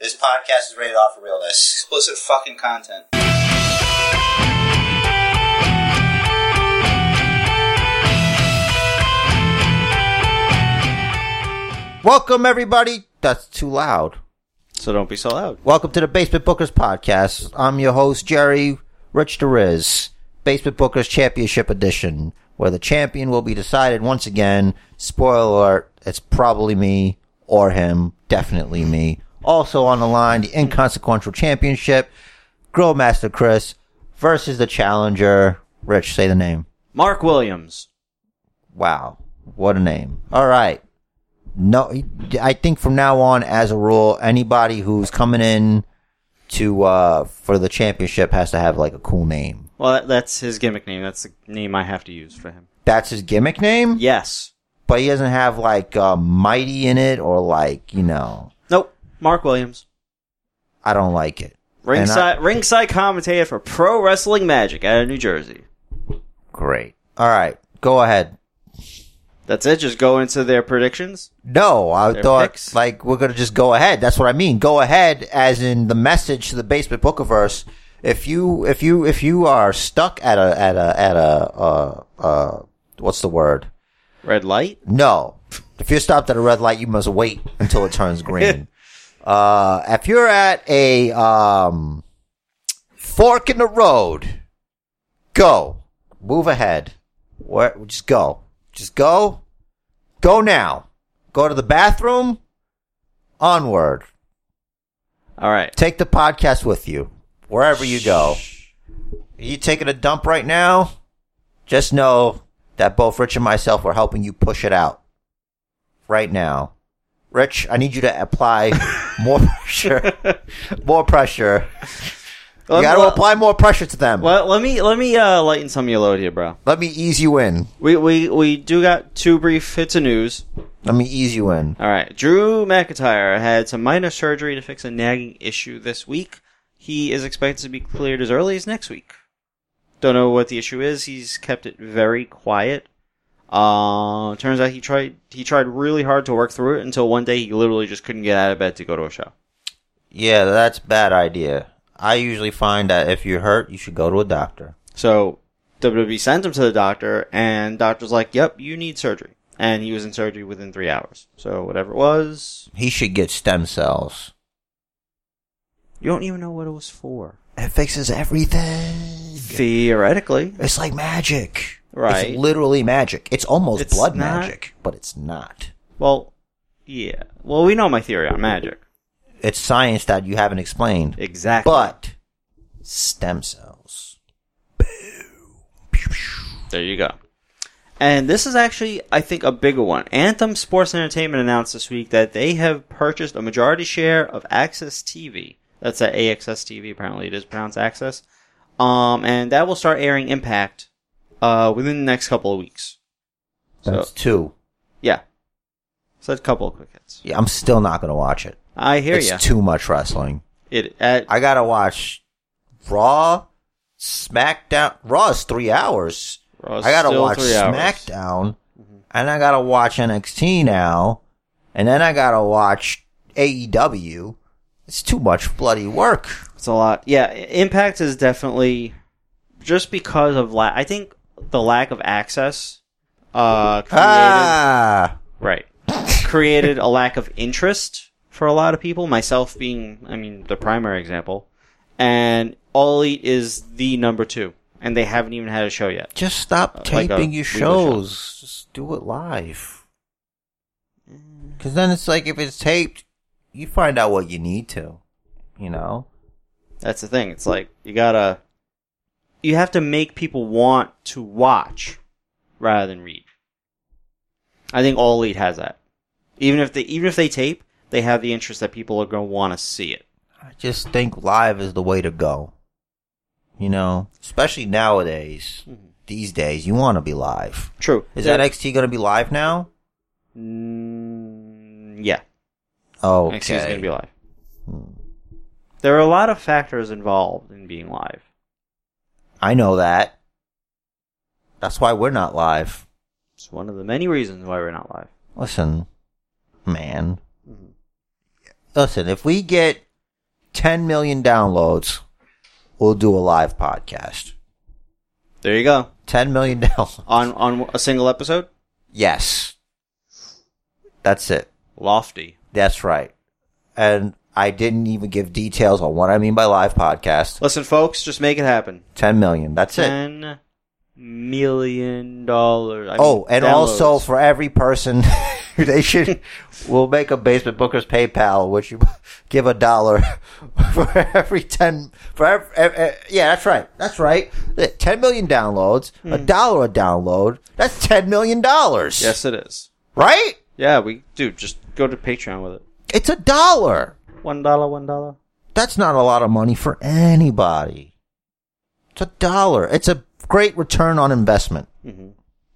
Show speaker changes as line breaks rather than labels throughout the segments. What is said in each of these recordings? This podcast is rated off for realness.
Explicit fucking content.
Welcome, everybody. That's too loud.
So don't be so loud.
Welcome to the Basement Bookers podcast. I'm your host, Jerry Rich DeRiz. Basement Bookers Championship Edition, where the champion will be decided once again. Spoiler alert, it's probably me or him. Definitely me. Also on the line, the inconsequential championship, Grill Master Chris versus the challenger. Rich, say the name.
Mark Williams.
Wow. What a name. All right. No, I think from now on, as a rule, anybody who's coming in to, uh, for the championship has to have like a cool name.
Well, that, that's his gimmick name. That's the name I have to use for him.
That's his gimmick name,
Yes.
but he doesn't have like, uh, mighty in it or like, you know,
Nope. Mark Williams.
I don't like it. And I-
Ringside, ringside commentator for Pro Wrestling Magic out of New Jersey.
Great. All right. Go ahead.
That's it. Just go into their predictions.
No, I
Their
thought
picks?
like we're gonna just go ahead. That's what I mean. Go ahead, as in the message to the basement bookiverse. If you if you if you are stuck at a at a at a uh uh what's the word?
Red light.
No, if you're stopped at a red light, you must wait until it turns green. uh, if you're at a um fork in the road, go move ahead. Where, just go, just go, go now. Go to the bathroom. Onward.
All right.
Take the podcast with you wherever you go. Are you taking a dump right now? Just know that both Rich and myself were helping you push it out right now. Rich, I need you to apply more pressure. More pressure. You got to apply more pressure to them.
Well, let me let me uh, lighten some of your load here, bro.
Let me ease you in.
We we we do got two brief hits of news.
Let me ease you in.
All right. Drew McIntyre had some minor surgery to fix a nagging issue this week. He is expected to be cleared as early as next week. Don't know what the issue is. He's kept it very quiet. Uh, turns out he tried he tried really hard to work through it until one day he literally just couldn't get out of bed to go to a show.
Yeah, that's bad idea. I usually find that if you're hurt, you should go to a doctor.
So WWE sent him to the doctor, and doctor's like, "Yep, you need surgery." And he was in surgery within three hours. So whatever it was,
He should get stem cells.
you don't even know what it was for.
It fixes everything.
Theoretically,
It's like magic.
Right.
It's literally magic. It's almost
It's
blood
not-
magic, but it's not.
Well, yeah. Well, we know my theory on magic.
It's science that you haven't explained.
Exactly.
But stem cells.
there you go. And this is actually, I think, a bigger one. Anthem Sports Entertainment announced this week that they have purchased a majority share of Access TV. That's at AXS TV. Apparently, it is pronounced Access. Um, and that will start airing Impact uh, within the next couple of weeks. So
That's two.
yeah, so that's a couple of quick hits.
Yeah, I'm still not gonna watch it.
I hear
it's
you.
too much wrestling.
It at
I gotta watch Raw, SmackDown. Raw is three hours.
Raw's
I gotta
still
watch
three hours.
SmackDown, and I gotta watch NXT now, and then I gotta watch AEW. It's too much bloody work.
It's a lot. Yeah, I- Impact is definitely just because of la- I think the lack of access uh created
Ah,
right. created a lack of interest for a lot of people, myself being I mean the primary example. And All Elite is the number 2 and they haven't even had a show yet.
just stop
Uh, Like a
taping your
Weaver
shows. Just do it live. Because then it's like if it's taped, you find out what you need to. You know,
That's the thing. It's like you got to you have to make people want to watch rather than read. I think all elite has that. Even if they even if they tape, they have the interest that people are going to want to see it.
I just think live is the way to go. You know, especially nowadays. These days, you want to be live.
True.
Is NXT going to be live now?
Mm, yeah.
Oh,
Okay.
okay.
NXT is going to be live.
Hmm.
There are a lot of factors involved in being live.
I know that. That's why we're not live.
It's one of the many reasons why we're not live.
Listen, man. Listen, if we get 10 million downloads, we'll do a live podcast.
There you go.
10 million downloads.
On on a single episode.
Yes. That's it.
Lofty.
That's right. And I didn't even give details on what I mean by live podcast.
Listen, folks, just make it happen.
10 million. That's it.
Ten million dollars. I
oh,
mean,
and
downloads.
also for every person, they should. We'll make a basement bookers PayPal, which you give a dollar for every ten. For ev ev- ev- yeah, that's right. That's right. Ten million downloads, a dollar a download. That's ten million dollars.
Hmm. yes, it is.
right.
Yeah, we dude, just go to Patreon with it.
It's a dollar.
One dollar, one dollar.
That's not a lot of money for anybody. It's a dollar. It's a great return on investment.
Mm-hmm.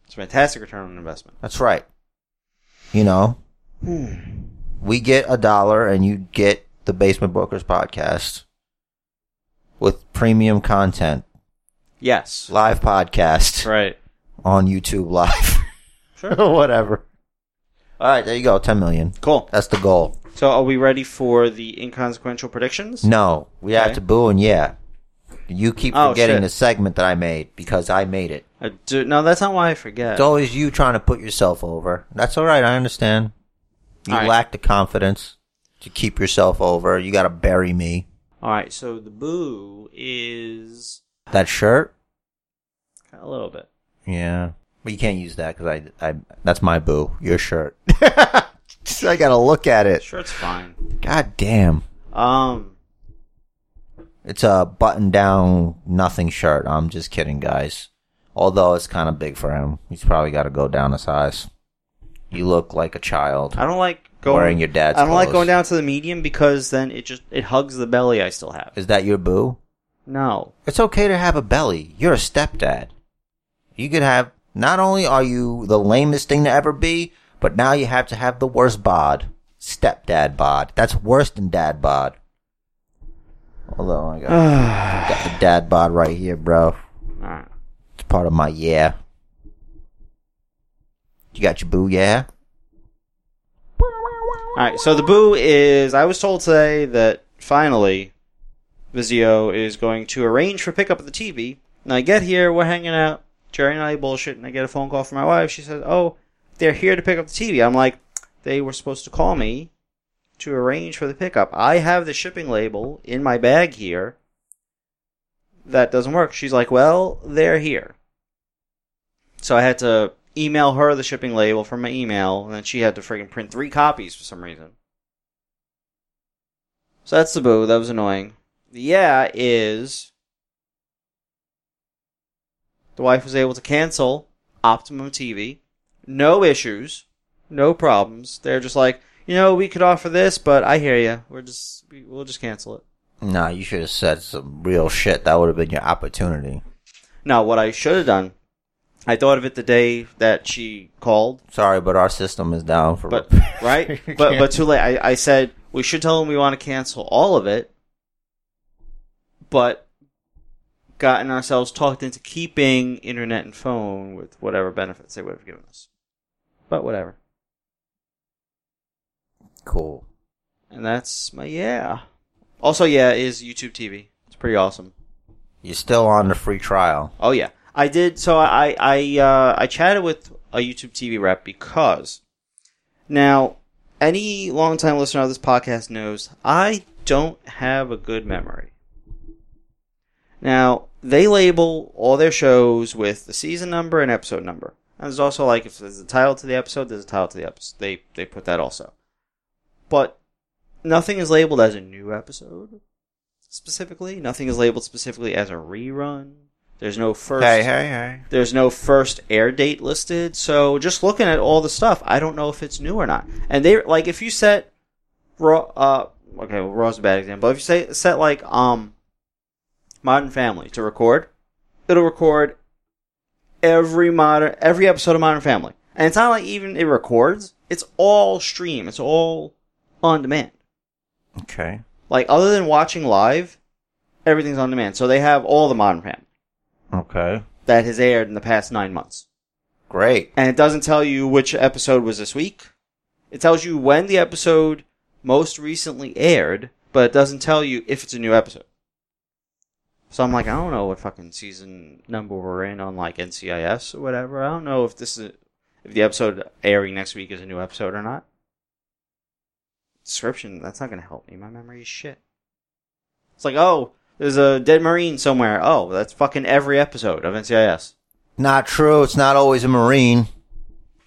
It's a fantastic return on investment.
That's right. You know, Hmm. we get a dollar and you get the Basement Bookers podcast with premium content,
Yes.
live podcast
Right.
on YouTube live,
Sure.
whatever. All right, there you go. 10 million.
cool.
That's the goal.
So, are we ready for the inconsequential predictions?
No, we have
Okay.
to boo and yeah. You keep
Oh,
forgetting
shit.
the segment that I made because I made it.
I do- no, that's not why I forget.
It's always you trying to put yourself over. That's all right. I understand. You
All right.
lack the confidence to keep yourself over. You got to bury me.
All right. So the boo is
That shirt?
a little bit.
Yeah. But you can't use that because I, I, that's my boo. Your shirt. I got to look at it.
Sure, it's fine.
God damn.
Um.
It's a button down nothing shirt. I'm just kidding, guys. Although it's kind of big for him. He's probably got to go down a size. You look like a child.
I don't like going
Wearing your dad's
I don't like
clothes.
going down to the medium because then it just it hugs the belly I still have.
Is that your boo?
No,
It's okay to have a belly. You're a stepdad. You could have, not only are you the lamest thing to ever be, but now you have to have the worst bod. Stepdad bod. That's worse than dad bod. Although I got,
All
got the dad bod right here, bro.
right.
It's part of my yeah. You got your boo, yeah?
All right, so the boo is I was told today that finally Vizio is going to arrange for pickup of the TV. And I get here, we're hanging out, Jerry and I bullshit, and I get a phone call from my wife. She says, "Oh, they're here to pick up the TV." I'm like, "They were supposed to call me to arrange for the pickup. I have the shipping label in my bag here." That doesn't work. She's like, "Well, they're here." So I had to email her the shipping label from my email, and then she had to friggin' print three copies for some reason. So that's the boo. That was annoying. The yeah is the wife was able to cancel Optimum TV. No issues, no problems. They're just like, you know, we could offer this, but I hear you. We're just, we- we'll just cancel it.
Nah, you should have said some real shit. That would have been your opportunity.
Now, what I should have done, I thought of it the day that she called.
Sorry, but our system is down for.
But right, but but too late. I, I said we should tell them we want to cancel all of it, but gotten ourselves talked into keeping internet and phone with whatever benefits they would have given us. But whatever,
cool.
and that's my yeah. Also, yeah, is YouTube TV. It's pretty awesome.
You're still on the free trial.
Oh yeah, I did. So I I uh, I chatted with a YouTube TV rep because now any longtime listener of this podcast knows I don't have a good memory. Now they label all their shows with the season number and episode number. And there's also like if there's a title to the episode, there's a title to the episode. They they put that also, but nothing is labeled as a new episode specifically. Nothing is labeled specifically as a rerun. There's no first.
hey,
There's no first air date listed, so just looking at all the stuff, I don't know if it's new or not. And they like if you set raw, uh, okay, well, raw's a bad example. If you say set like um, Modern Family to record, it'll record every modern every episode of Modern Family, and it's not like even it records. It's all stream. It's all on demand.
hey. Okay.
Like other than watching live, everything's on demand. So they have all the Modern Family
Okay.
that has aired in the past nine months.
Great.
and it doesn't tell you which episode was this week. It tells you when the episode most recently aired, but it doesn't tell you if it's a new episode. So I'm like, I don't know what fucking season number we're in on like NCIS or whatever. I don't know if this is if the episode airing next week is a new episode or not. Description, that's not gonna help me. My memory is shit. It's like, oh, there's a dead marine somewhere. Oh, that's fucking every episode of NCIS.
Not true. It's not always a Marine.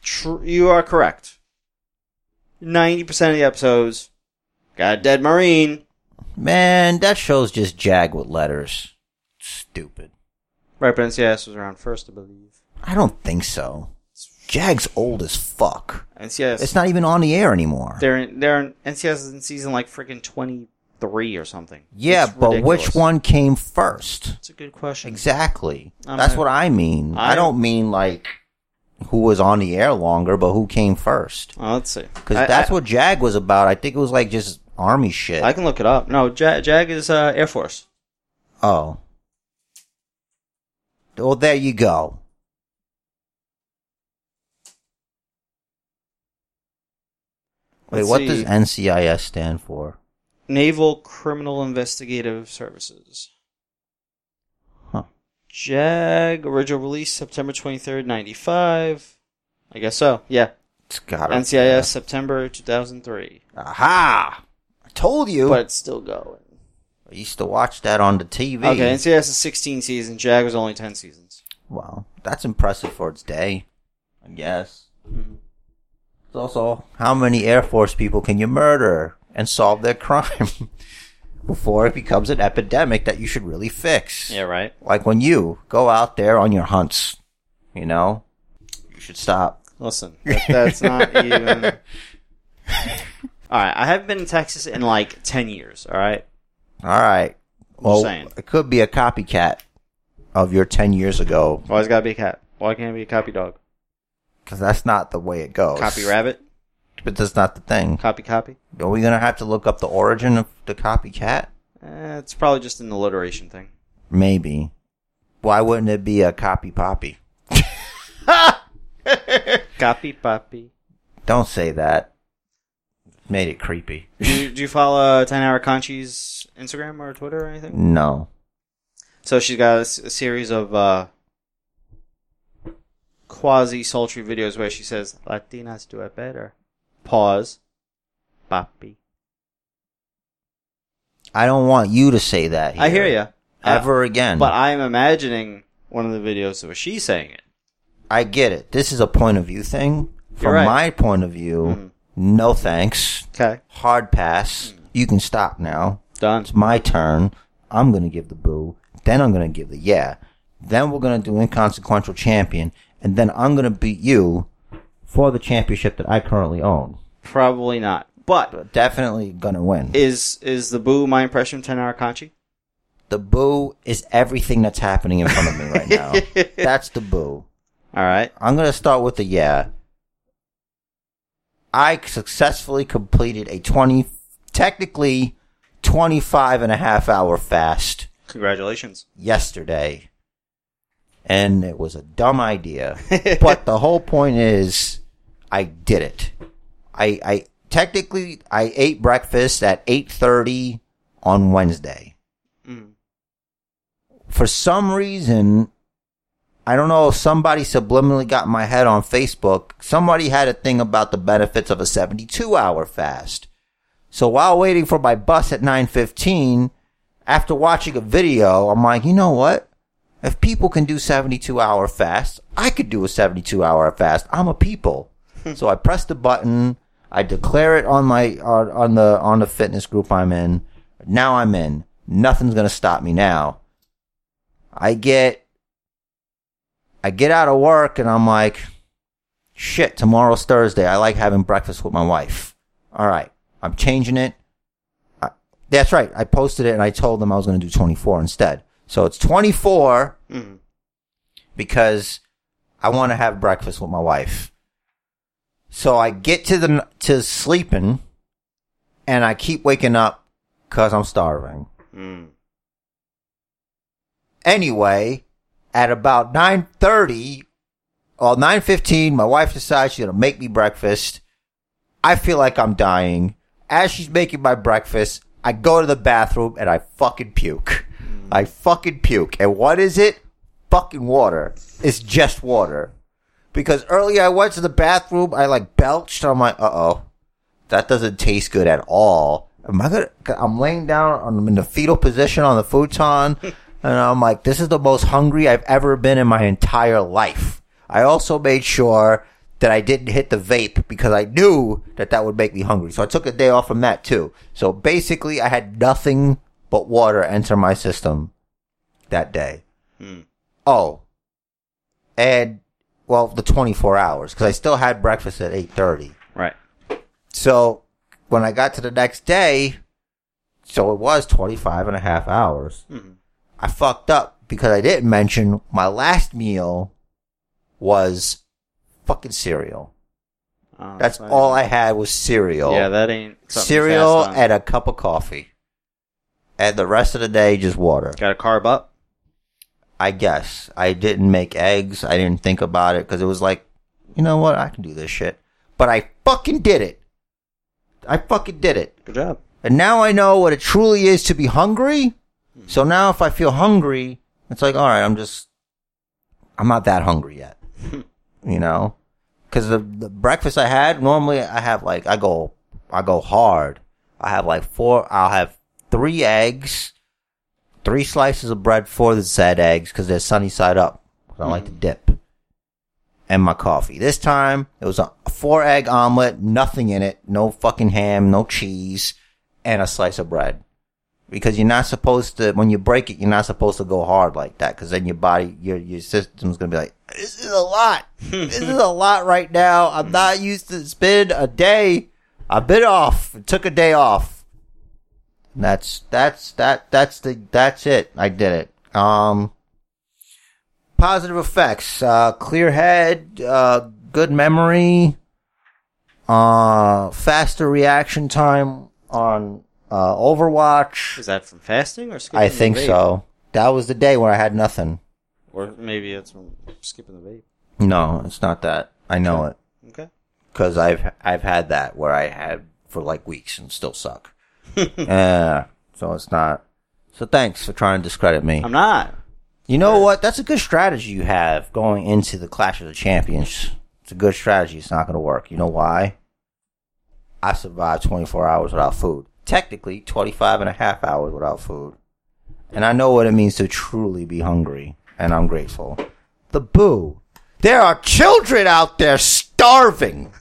Tr- you are correct. 90% of the episodes got a dead marine.
Man, that show's just jag with letters. Stupid.
Right, but NCIS was around first, I believe.
I don't think so. Jag's old as fuck.
NCIS.
It's not even on the air anymore.
They're in, they're in, NCIS is in season like freaking 23 or something.
yeah,
It's
but
ridiculous.
which one came first?
That's a good question.
Exactly.
I'm
That's
not-
what I mean. I,
I-
don't mean like who was on the air longer, but who came first.
Well, let's see.
Because
I-
that's
I-
what Jag was about. I think it was like just army shit.
I can look it up. No, Jag, Jag is uh, Air Force.
oh. Well, there you go. Wait,
Let's
what
see.
does NCIS stand for?
Naval Criminal Investigative Services.
Huh.
Jag, original release September 23rd, 95. I guess so, yeah.
It's got it.
NCIS September 2003.
Aha! I told you.
But it's still going.
I used to watch that on the TV.
Okay, NCIS is 16 seasons. Jag was only 10 seasons.
Wow, that's impressive for its day, I guess. It's also how many Air Force people can you murder and solve their crime before it becomes an epidemic that you should really fix?
Yeah, right.
Like when you go out there on your hunts, you know, you should stop.
Listen, that, that's not even. All right, I haven't been in Texas in like 10 years. All right,
All right. Well,
saying.
it could be a copycat of your 10 years ago
always gotta be a cat. Why can't it be a copy dog?
because that's not the way it goes.
Copy rabbit?
But that's not the thing.
Copy copy?
Are we going to have to look up the origin of the copycat?
Eh, it's probably just an alliteration thing.
Maybe. Why wouldn't it be a copy poppy?
Copy poppy.
Don't say that. Made it creepy.
Do you, do you follow uh, 10 Hour Conchi's Instagram or Twitter or anything?
No.
So she's got a, s- a series of uh, quasi sultry videos where she says, Latinas do it better. Pause. Papi.
I don't want you to say that.
I hear you.
Ever again.
But I'm imagining one of the videos where she's saying it.
I get it. This is a point of view thing. From
You're right. Mm-hmm.
my point of view, no thanks.
Okay.
Hard pass. You can stop now.
Done.
It's my turn. I'm going to give the boo. Then I'm going to give the yeah. Then we're going to do inconsequential champion. And then I'm going to beat you for the championship that I currently own.
Probably not. But
definitely gonna win.
is is the boo my impression of 10 Hour Conchi?
the boo is everything that's happening in front of me right now. that's the boo.
All right.
I'm gonna start with the yeah. I successfully completed a 20, technically 25 and a half hour fast
Congratulations.
yesterday. And it was a dumb idea. but the whole point is, I did it. I, I, technically, I ate breakfast at 8.30 on Wednesday.
Mm.
for some reason, I don't know if somebody subliminally got in my head on Facebook. Somebody had a thing about the benefits of a 72 hour fast. So while waiting for my bus at 915, after watching a video, I'm like, you know what? If people can do 72 hour fasts, I could do a 72 hour fast. I'm a people. so I press the button. I declare it on my, on, on the, on the fitness group I'm in. Now I'm in. Nothing's going to stop me now. I get I get out of work and I'm like, shit, tomorrow's Thursday. I like having breakfast with my wife. All right, I'm changing it. I, that's right. I posted it and I told them I was going to do 24 instead. So it's 24
Mm.
because I want to have breakfast with my wife. So I get to the to sleeping and I keep waking up cuz I'm starving.
Mm.
anyway, at about 9.30 or 9.15, my wife decides she's going to make me breakfast. I feel like I'm dying. As she's making my breakfast, I go to the bathroom and I fucking puke. I fucking puke. And what is it? Fucking water. It's just water. Because earlier I went to the bathroom, I like belched. I'm like, uh oh, that doesn't taste good at all. Am I gonna? I'm laying down. I'm in the fetal position on the futon, and I'm like, this is the most hungry I've ever been in my entire life. I also made sure that I didn't hit the vape because I knew that that would make me hungry. So I took a day off from that too. So basically, I had nothing but water enter my system that day.
Hmm.
Oh, and well, the 24 hours because I still had breakfast at 8:30.
Right.
So when I got to the next day, so it was 25 and a half hours.
Mhm.
I fucked up because I didn't mention my last meal was fucking cereal.
Oh,
That's
not
all I
even-
had was cereal.
Yeah, that ain't something
cereal
fast on.
and a cup of coffee. And the rest of the day, just water.
Got to carb up.
I guess. I didn't make eggs. I didn't think about it because it was like, you know what? I can do this shit. But I fucking did it. I fucking did it.
Good job.
And now I know what it truly is to be hungry. So now if I feel hungry, it's like, all right, I'm just, I'm not that hungry yet. you know? Cause the, the breakfast I had, normally I have like, I go, I go hard. I have like four, I'll have three eggs, three slices of bread, four of the sad eggs, cause they're sunny side up. 'Cause I like to dip. And my coffee. This time, it was a four egg omelet, nothing in it, no fucking ham, no cheese and a slice of bread. Because you're not supposed to, when you break it, you're not supposed to go hard like that. Cause then your body, your, your system's gonna be like, this is a lot. this is a lot right now. I'm not used to, it's been a day. I've been off, took a day off. And that's, that's, that, that's the, that's it. I did it. Um, positive effects, uh, clear head, uh, good memory, uh, faster reaction time on uh, Overwatch.
Is that from fasting or skipping?
I
the
think
vape?
so. That was the day where I had nothing.
Or maybe it's from skipping the vape.
No, it's not that. I know it
Okay.
because I've I've had that where I had for like weeks and still suck. Yeah, so it's not. So thanks for trying to discredit me.
I'm not.
You know what? That's a good strategy you have going into the Clash of the Champions. It's a good strategy. It's not going to work. You know why? I survived 24 hours without food. Technically, 25 and a half hours without food. And I know what it means to truly be hungry. And I'm grateful. The boo. There are children out there starving.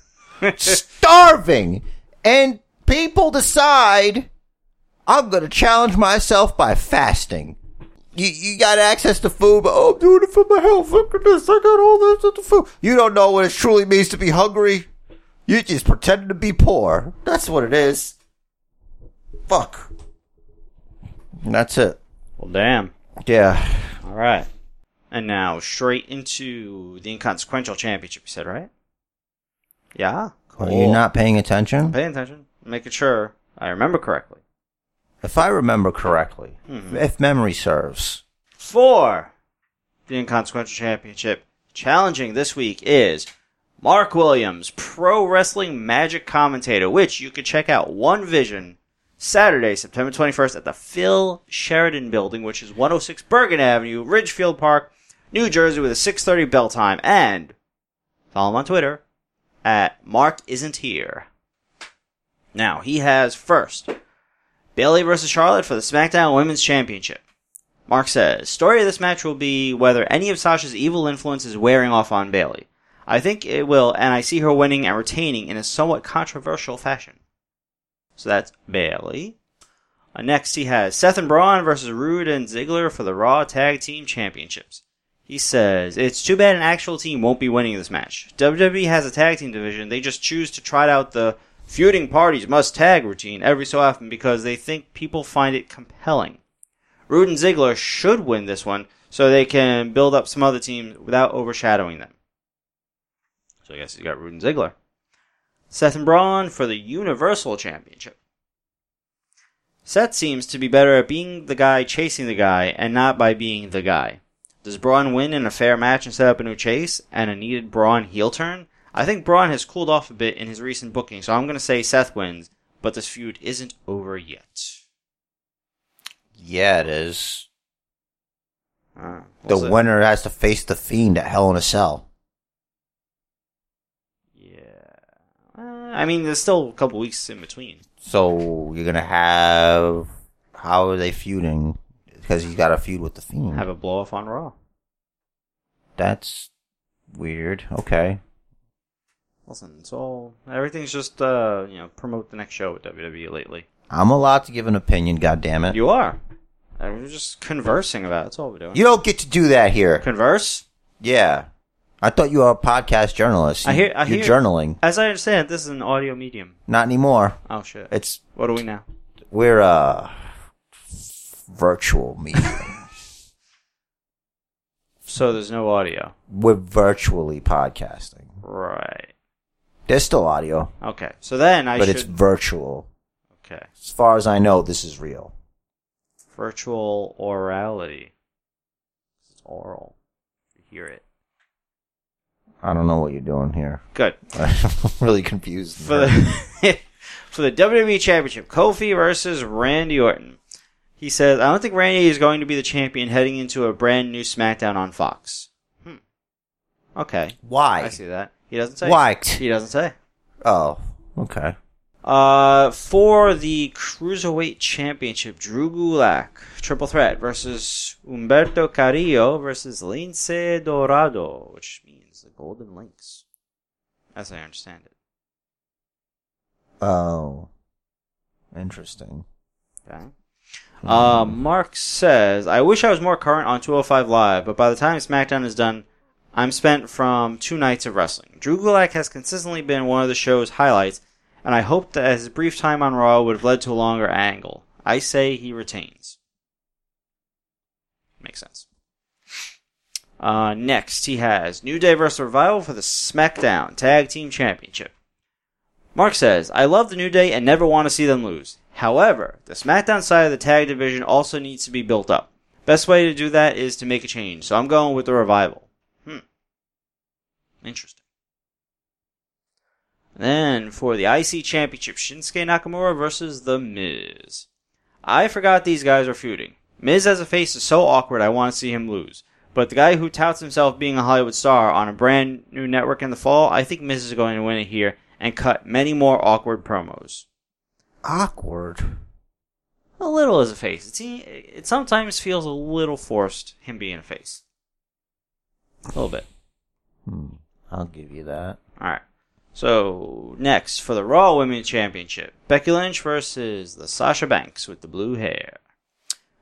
starving. And people decide, I'm going to challenge myself by fasting you, you got access to food, but oh, I'm doing it for my health. Look at this. I got all this at the food. You don't know what it truly means to be hungry. You just pretending to be poor. That's what it is. Fuck. And that's it.
Well, damn.
Yeah.
All right. And now straight into the inconsequential championship. You said right? Yeah.
Are you not paying attention?
paying attention? Making sure I remember correctly.
If I remember correctly, if memory serves,
For the inconsequential championship, challenging this week is Mark Williams, pro wrestling magic commentator, which you can check out One Vision Saturday, September 21st at the Phil Sheridan Building, which is 106 Bergen Avenue, Ridgefield Park, New Jersey, with a 6:30 bell time. And follow him on Twitter at Mark isn't here. Now he has first Bailey versus Charlotte for the SmackDown Women's Championship. Mark says, story of this match will be whether any of Sasha's evil influence is wearing off on Bailey. I think it will, and I see her winning and retaining in a somewhat controversial fashion. So that's Bailey. Uh, Next, he has Seth and Braun versus Rude and Ziggler for the Raw Tag Team Championships. He says, It's too bad an actual team won't be winning this match. WWE has a tag team division. They just choose to trot out the feuding parties must tag routine every so often because they think people find it compelling. Rude and Ziggler should win this one so they can build up some other teams without overshadowing them. So I guess he's got Rude and Ziggler. Seth and Braun for the Universal Championship. Seth seems to be better at being the guy chasing the guy and not by being the guy. Does Braun win in a fair match and set up a new chase and a needed Braun heel turn? I think Braun has cooled off a bit in his recent booking, so I'm going to say Seth wins, but this feud isn't over yet.
Yeah, it is.
Uh,
The
was it-
winner has to face the fiend at Hell in a Cell.
Yeah. Uh, I mean, there's still a couple weeks in between.
So you're gonna have how are they feuding? Because he's got a feud with the fiend.
Have a blow off on Raw.
That's weird. Okay.
Listen, it's all everything's just uh you know promote the next show at WWE E lately.
I'm allowed to give an opinion, goddammit. You,
You are. And we're just conversing about. It. That's all we're doing.
you don't get to do that here.
converse.
Yeah. I thought you were a podcast journalist.
I hear- I
You're
hear-
journaling.
As I understand, it, this is an audio medium.
Not anymore.
Oh shit!
It's
what are we now?
we're uh virtual media.
So there's no audio,
we're virtually podcasting.
right?
There's still audio,
Okay. So then I
but
should.
it's virtual.
okay.
As far as I know, this is real.
Virtual orality. It's oral. You hear it.
I don't know what you're doing here.
Good.
I'm really confused.
for the for the WWE Championship, Kofi versus Randy Orton. He says, "I don't think Randy is going to be the champion heading into a brand new SmackDown on Fox." Hmm. Okay, I,
Why?
see that. He doesn't say.
Why?
He doesn't say.
Oh, okay.
Uh, for the Cruiserweight Championship, Drew Gulak, triple threat versus Humberto Carrillo versus Lince Dorado, which means the Golden Lynx, as I understand it.
Oh, interesting.
Okay. Uh, Mark says, I wish I was more current on 205 Live, but by the time SmackDown is done, I'm spent from two nights of wrestling. Drew Gulak has consistently been one of the show's highlights, and I hoped that his brief time on Raw would have led to a longer angle. I say he retains. Makes sense. Uh, next, he has New Day vs. Revival for the SmackDown Tag Team Championship. Mark says, I love the New Day and never want to see them lose. However, the SmackDown side of the tag division also needs to be built up. Best way to do that is to make a change, so I'm going with the revival. Hmm. Interesting. Then for the IC Championship, Shinsuke Nakamura versus The Miz. I forgot these guys were feuding. Miz as a face is so awkward I want to see him lose. But the guy who touts himself being a Hollywood star on a brand new network in the fall, I think Miz is going to win it here and cut many more awkward promos.
Awkward.
A little as a face. It's, it sometimes feels a little forced, him being a face. A little bit.
Hmm. I'll give you that.
Alright. So, next, for the Raw Women's Championship, Becky Lynch versus the Sasha Banks with the blue hair.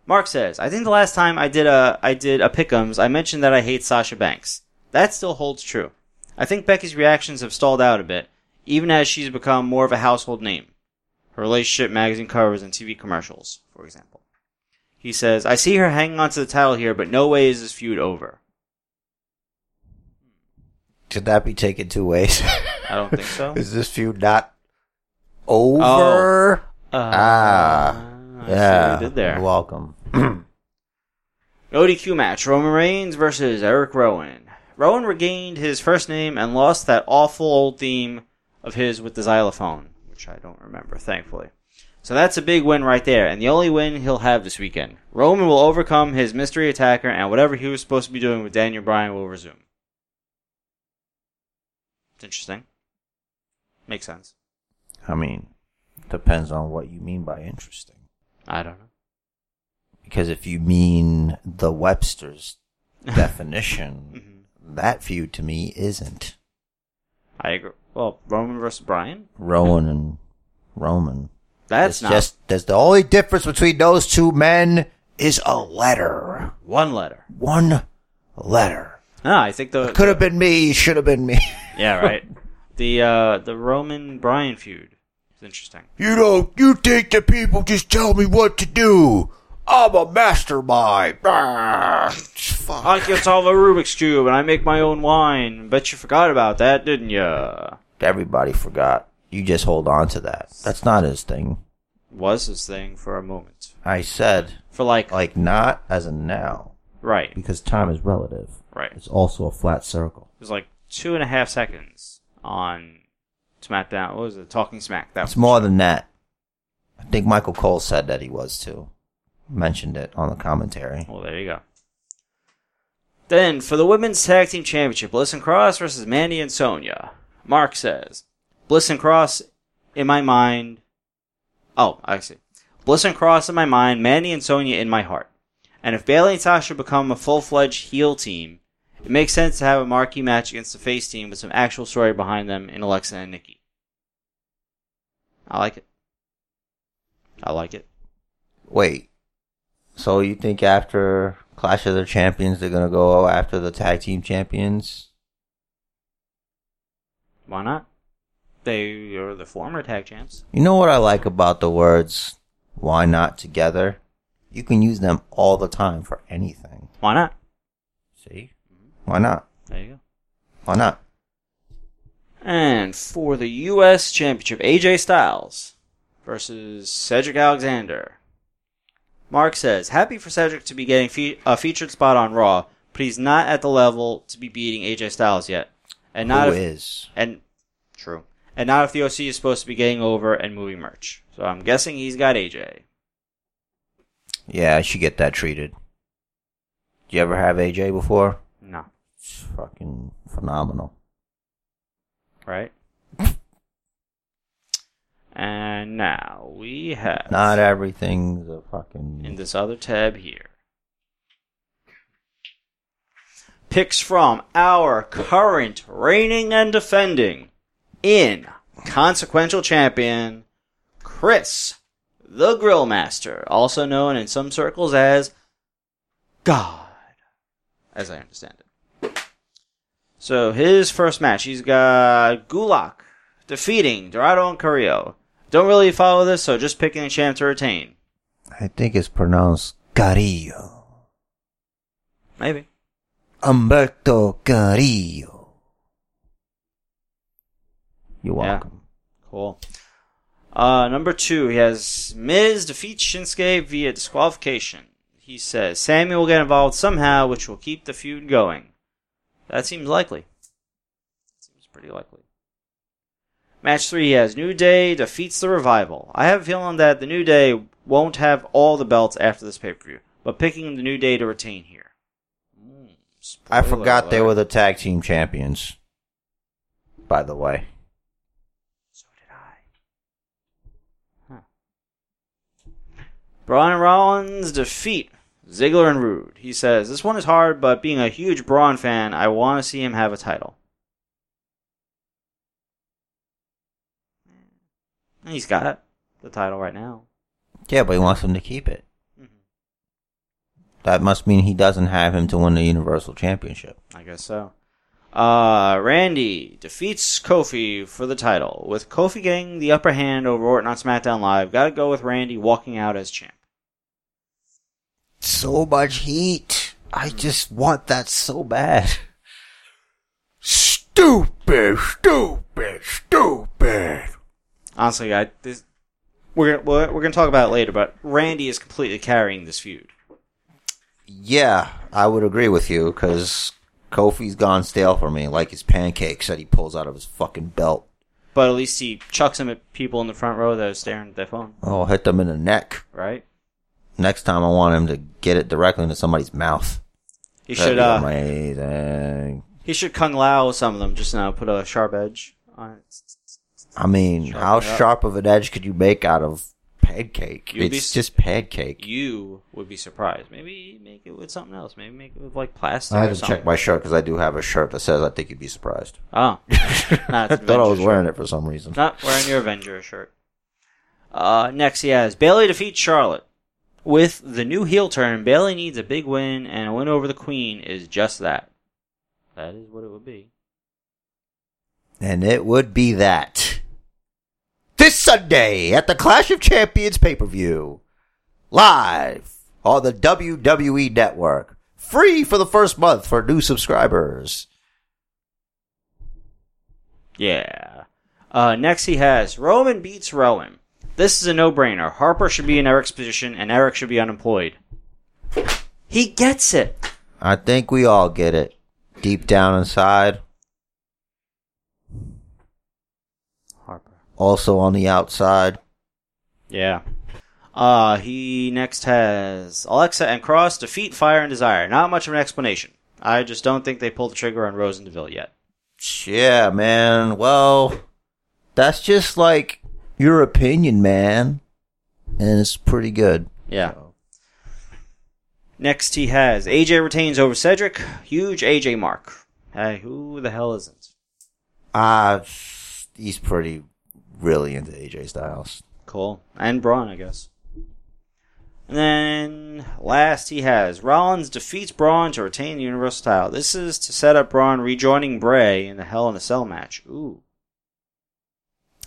Mark says, I think the last time I did a I did a pick'ems, I mentioned that I hate Sasha Banks. That still holds true. I think Becky's reactions have stalled out a bit, even as she's become more of a household name. Her relationship magazine covers and TV commercials, for example. He says, I see her hanging on to the title here, but no way is this feud over.
Could that be taken two ways?
I don't think so.
is this feud not over?
Uh,
ah,
I see
yeah.
what you did there.
You're welcome.
ODQ match Roman Reigns versus Eric Rowan. Rowan regained his first name and lost that awful old theme of his with the xylophone, which I don't remember, thankfully. So that's a big win right there, and the only win he'll have this weekend. Roman will overcome his mystery attacker, and whatever he was supposed to be doing with Daniel Bryan will resume. It's interesting. Makes sense.
I mean, depends on what you mean by interesting.
I don't know.
Because if you mean the Webster's definition,
Mhm.
that feud to me isn't.
I agree. Well, Roman versus Bryan?
Rowan and Roman.
That's
It's
not
just there's the only difference between those two men is a letter.
one letter.
One letter.
No, I think the
Could have been me, should have been me.
Uh, Yeah, right. the uh, the Roman Bryan feud is interesting.
You know, you think the people just tell me what to do. I'm a mastermind. Brr. Fuck.
I can solve a Rubik's cube and I make my own wine. Bet you forgot about that, didn't ya?
Everybody forgot. You just hold on to that. That's not his thing.
Was his thing for a moment,
I said,
for like,
like, not as a now,
right,
because time is relative.
right. It
It's also a flat circle.
was like two and a half seconds on SmackDown. What was it? Talking Smack. That
It's more than that. I think Michael Cole said that he was too. mentioned it on the commentary.
Well, there you go. Then for the women's tag team championship, Bliss and Cross versus Mandy and Sonya. Mark says, Bliss and Cross in my mind. Oh, I see. Bliss and Cross in my mind, Mandy and Sonya in my heart. And if Bailey and Sasha become a full-fledged heel team, it makes sense to have a marquee match against the face team with some actual story behind them in Alexa and Nikki. I like it. I like it.
Wait. So you think after Clash of the Champions they're gonna go after the tag team champions?
Why not? They are the former tag champs.
You know what I like about the words why not together? You can use them all the time for anything.
Why not?
See? Why not?
There you go.
Why not?
And for the U.S. Championship, AJ Styles versus Cedric Alexander. Mark says, happy for Cedric to be getting fe- a featured spot on Raw, but he's not at the level to be beating AJ Styles yet. And not
Who
if,
is?
and true. And not if the OC is supposed to be getting over and moving merch. So I'm guessing he's got AJ.
Yeah, I should get that treated. Did you ever have AJ before?
No,
It's fucking phenomenal.
right? And now we have
Not everything's a fucking
in this other tab here. Picks from our current reigning and defending in consequential champion, Chris the Grill Master, also known in some circles as God, as I understand it. So his first match, he's got Gulak defeating Dorado and Carrillo. Don't really follow this, so just picking a champ to retain.
I think it's pronounced Carrillo.
Maybe.
Umberto Carrillo. You're
Yeah.
welcome.
Cool. Uh, number two, he has Miz defeat Shinsuke via disqualification. He says Sammy will get involved somehow, which will keep the feud going. That seems likely. Seems pretty likely. Match three, he has New Day defeats the Revival. I have a feeling that the New Day won't have all the belts after this pay per view, but picking the New Day to retain here. Mm,
I forgot
spoiler
they
alert.
were the tag team champions. By the way.
So did I. Huh. Braun and Rollins defeat Ziggler and Rude. He says, This one is hard, but being a huge Braun fan, I want to see him have a title. And he's got the title right now.
Yeah, but he wants them to keep it.
Mm-hmm.
That must mean he doesn't have him to win the Universal Championship.
I guess so. Uh, Randy defeats Kofi for the title. With Kofi getting the upper hand over Orton on SmackDown Live, gotta go with Randy walking out as champ.
So much heat. I just want that so bad. Stupid, stupid, stupid.
Honestly, I this we're gonna- we're, we're gonna talk about it later, but Randy is completely carrying this feud.
Yeah, I would agree with you because Kofi's gone stale for me, like his pancakes that he pulls out of his fucking belt.
But at least he chucks him at people in the front row that are staring at their phone,
Oh, hit them in the neck.
right?
Next time, I want him to get it directly into somebody's mouth.
He
That'd
should
be
uh
amazing.
he should kung lao some of them just now. Put a sharp edge on it.
I mean,
Sharpen
how
it up.
sharp of an edge could you make out of pancake?
You'd be
it's
s-
just pancake.
You would be surprised. Maybe make it with something else. Maybe make it with like plastic.
I
or
had to
something.
check my shirt because I do have a shirt that says I think you'd be surprised.
Oh,
I
not
thought I was wearing it for some reason.
Not wearing your Avenger shirt. Uh, next he has Bailey defeats Charlotte. With the new heel turn, Bailey needs a big win, and a win over the Queen is just that. That is what it would be.
And it would be that. This Sunday at the Clash of Champions pay per view. Live on the WWE Network. Free for the first month for new subscribers.
Yeah. Uh, next he has Roman beats Rowan. This is a no-brainer. Harper should be in Eric's position, and Eric should be unemployed. He gets it.
I think we all get it. Deep down inside,
Harper.
also on the outside.
Yeah. Uh, he next has Alexa and Cross defeat Fire and Desire. Not much of an explanation. I just don't think they pulled the trigger on Rose and Deville yet.
Yeah, man. Well, that's just like your opinion, man. And it's pretty good.
Yeah. Next, he has AJ retains over Cedric. Huge AJ mark. Hey, who the hell isn't?
Uh, he's pretty really into AJ Styles.
Cool. And Braun, I guess. And then last he has Rollins defeats Braun to retain the Universal title. This is to set up Braun rejoining Bray in the Hell in a Cell match. Ooh.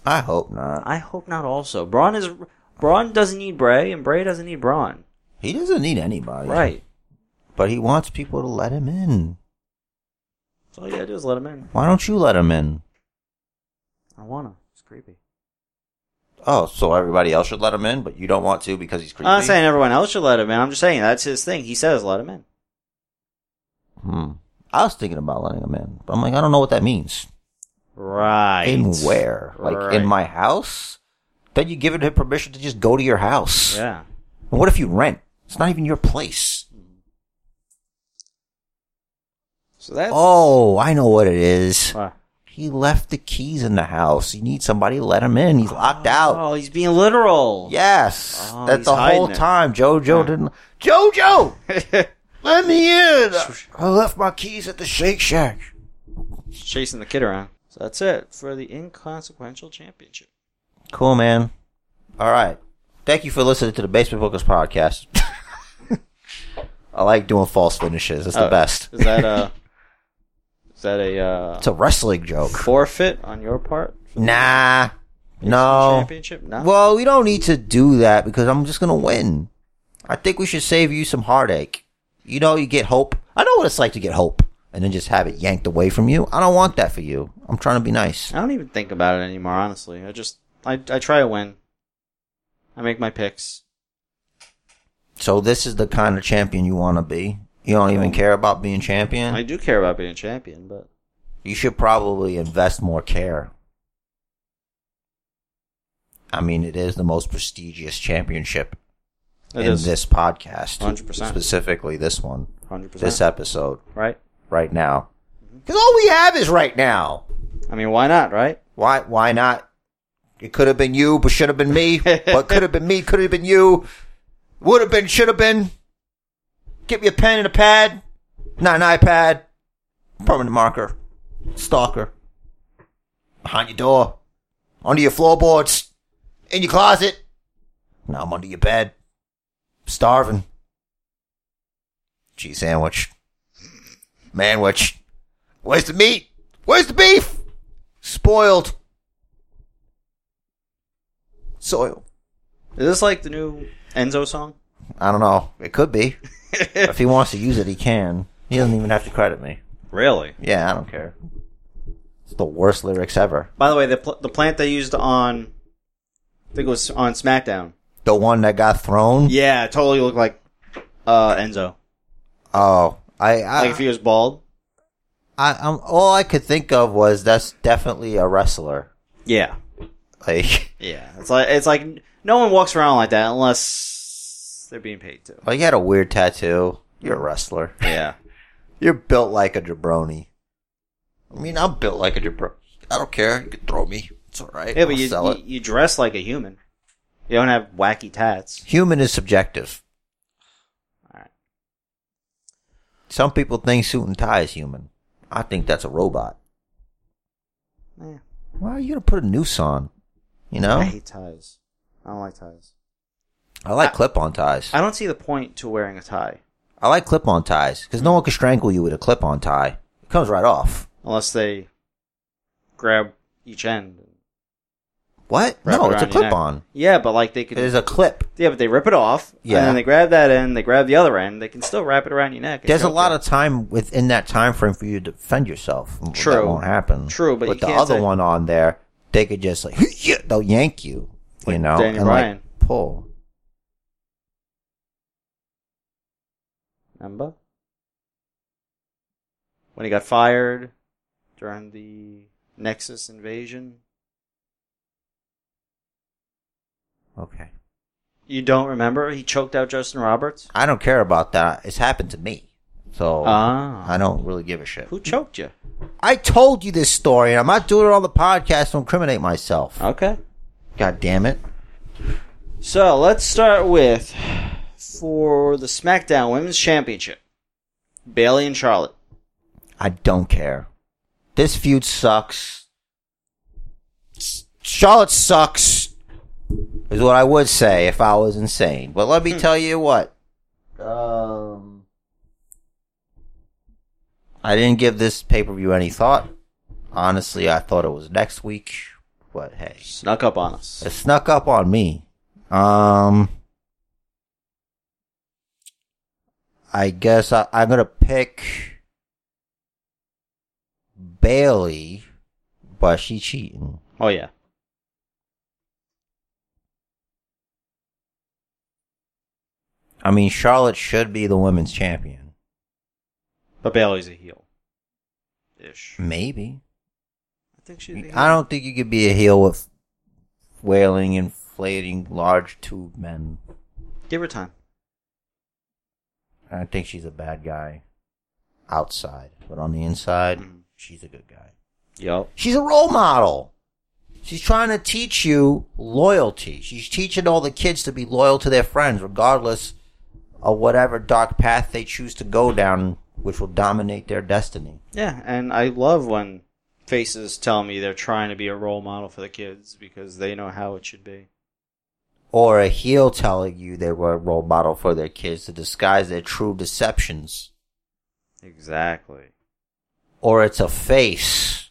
I hope not.
I hope not also. Braun is Braun doesn't need Bray and Bray doesn't need Braun.
He doesn't need anybody.
Right.
But he wants people to let him in.
So all you gotta do is let him in.
Why don't you let him in?
I want him. It's creepy.
Oh, so everybody else should let him in, but you don't want to because he's creepy.
I'm not saying everyone else should let him in. I'm just saying that's his thing. He says let him in.
Hmm. I was thinking about letting him in, but I'm like, I don't know what that means.
Right.
In where? Like
Right.
in my house? Then you give him permission to just go to your house.
Yeah.
And what if you rent? It's not even your place.
So that's
Oh, I know what it is.
Wow.
He left the keys in the house. You need somebody to let him in. He's locked out.
Oh, he's being literal.
Yes.
Oh,
that
he's
the whole
hiding it.
time JoJo
Yeah.
didn't JoJo!
Yeah.
Let me in! I left my keys at the Shake Shack.
Chasing the kid around. So that's it for the inconsequential championship.
Cool, man. All right. Thank you for listening to the Basement Bookers podcast. I like doing false finishes. It's the
Oh,
best.
Is that a is that a uh,
It's a wrestling joke.
forfeit on your part? for the
Nah. No.
Championship? No.
Well, we don't need to do that because I'm just going to win. I think we should save you some heartache. You know, you get hope. I know what it's like to get hope and then just have it yanked away from you. I don't want that for you. I'm trying to be nice.
I don't even think about it anymore. Honestly, I just I I try to win. I make my picks.
So this is the kind of champion you want to be. You don't even care about being champion.
I do care about being a champion, but
You should probably invest more care. I mean, it is the most prestigious championship
it
in
is
this podcast.
100%.
Specifically, this one,
hundred
this
percent Mm-hmm.
episode,
right.
right now. Because all we have is right now.
I mean, why not? Right?
Why? Why not? It could have been you, but should have been me. but could have been me, could have been you. Would have been, should have been. Get me a pen and a pad. Not an iPad. Permanent marker. Stalker. Behind your door. Under your floorboards. In your closet. Now I'm under your bed. Starving. Cheese sandwich. Manwich. Where's the meat? Where's the beef? Spoiled. Soil.
Is this like the new Enzo song?
I don't know. It could be. if he wants to use it, he can. He doesn't even have to credit me.
Really?
Yeah, I don't care. It's the worst lyrics ever.
By the way, the pl- the plant they used on, I think it was on SmackDown.
The one that got thrown.
Yeah, totally looked like uh, Enzo.
Oh, I, I,
Like if he was bald.
I, I'm, all I could think of was that's definitely a wrestler.
Yeah,
Like,
yeah. It's like it's like no one walks around like that unless they're being paid to.
like you had a weird tattoo. You're a wrestler.
Yeah,
You're built like a jabroni. I mean, I'm built like a jabroni. I don't care. You can throw me. It's all right.
yeah. But
I'll
you,
sell it.
you you dress like a human. You don't have wacky tats.
Human is subjective.
Alright.
Some people think suit and tie is human. I think that's a robot.
Eh,
Why are you gonna put a noose on? You know,
I
I,
hate ties. I don't like ties.
like clip-on ties. I,
I don't see the point to wearing a tie
like clip-on ties because no one can strangle you with a clip-on tie. It comes right off.
unless they grab each end. and
What?
wrap
no,
it
it's a
around your neck.
clip-on.
Yeah, but like they
It
could
is a clip.
Yeah, but they rip it off.
Yeah.
And then they grab that end, they grab the other end, they can still wrap it around your neck. and
There's a
choke
lot
you.
of time within that time frame for you to defend yourself.
True.
that won't happen.
True, but
with
you
the
can't
other
say-
one on there, they could just like they'll yank you, you
Like
know,
Daniel
and
Bryan.
like pull.
Remember? When he got fired during the Nexus invasion.
Okay.
You don't remember? He choked out Justin Roberts?
I don't care about that. It's happened to me. So
Ah.
Oh, I don't really give a shit.
Who choked you?
I told you this story, and I'm not doing it on the podcast to incriminate myself.
Okay.
God damn it.
So let's start with for the SmackDown Women's Championship. Bailey and Charlotte.
I don't care. This feud sucks. S- Charlotte sucks, is what I would say if I was insane. But let me tell you what. Um, I didn't give this pay per view any thought. Honestly, I thought it was next week, but hey.
Snuck up on us.
It snuck up on me. Um, I guess I, I'm gonna pick Bailey, but she cheating.
Oh yeah.
I mean, Charlotte should be the women's champion.
But Bailey's a heel. Ish. I
Maybe.
think she's a heel.
I don't think you could be a heel with wailing, inflating large tube men.
Give her time.
I think she's a bad guy outside, but on the inside,
Mhm.
she's a good guy.
Yup.
She's a role model. She's trying to teach you loyalty. She's teaching all the kids to be loyal to their friends, regardless of whatever dark path they choose to go down, which will dominate their destiny.
Yeah, and I love when faces tell me they're trying to be a role model for the kids because they know how it should be.
Or a heel telling you they were a role model for their kids to disguise their true deceptions.
Exactly.
Or it's a face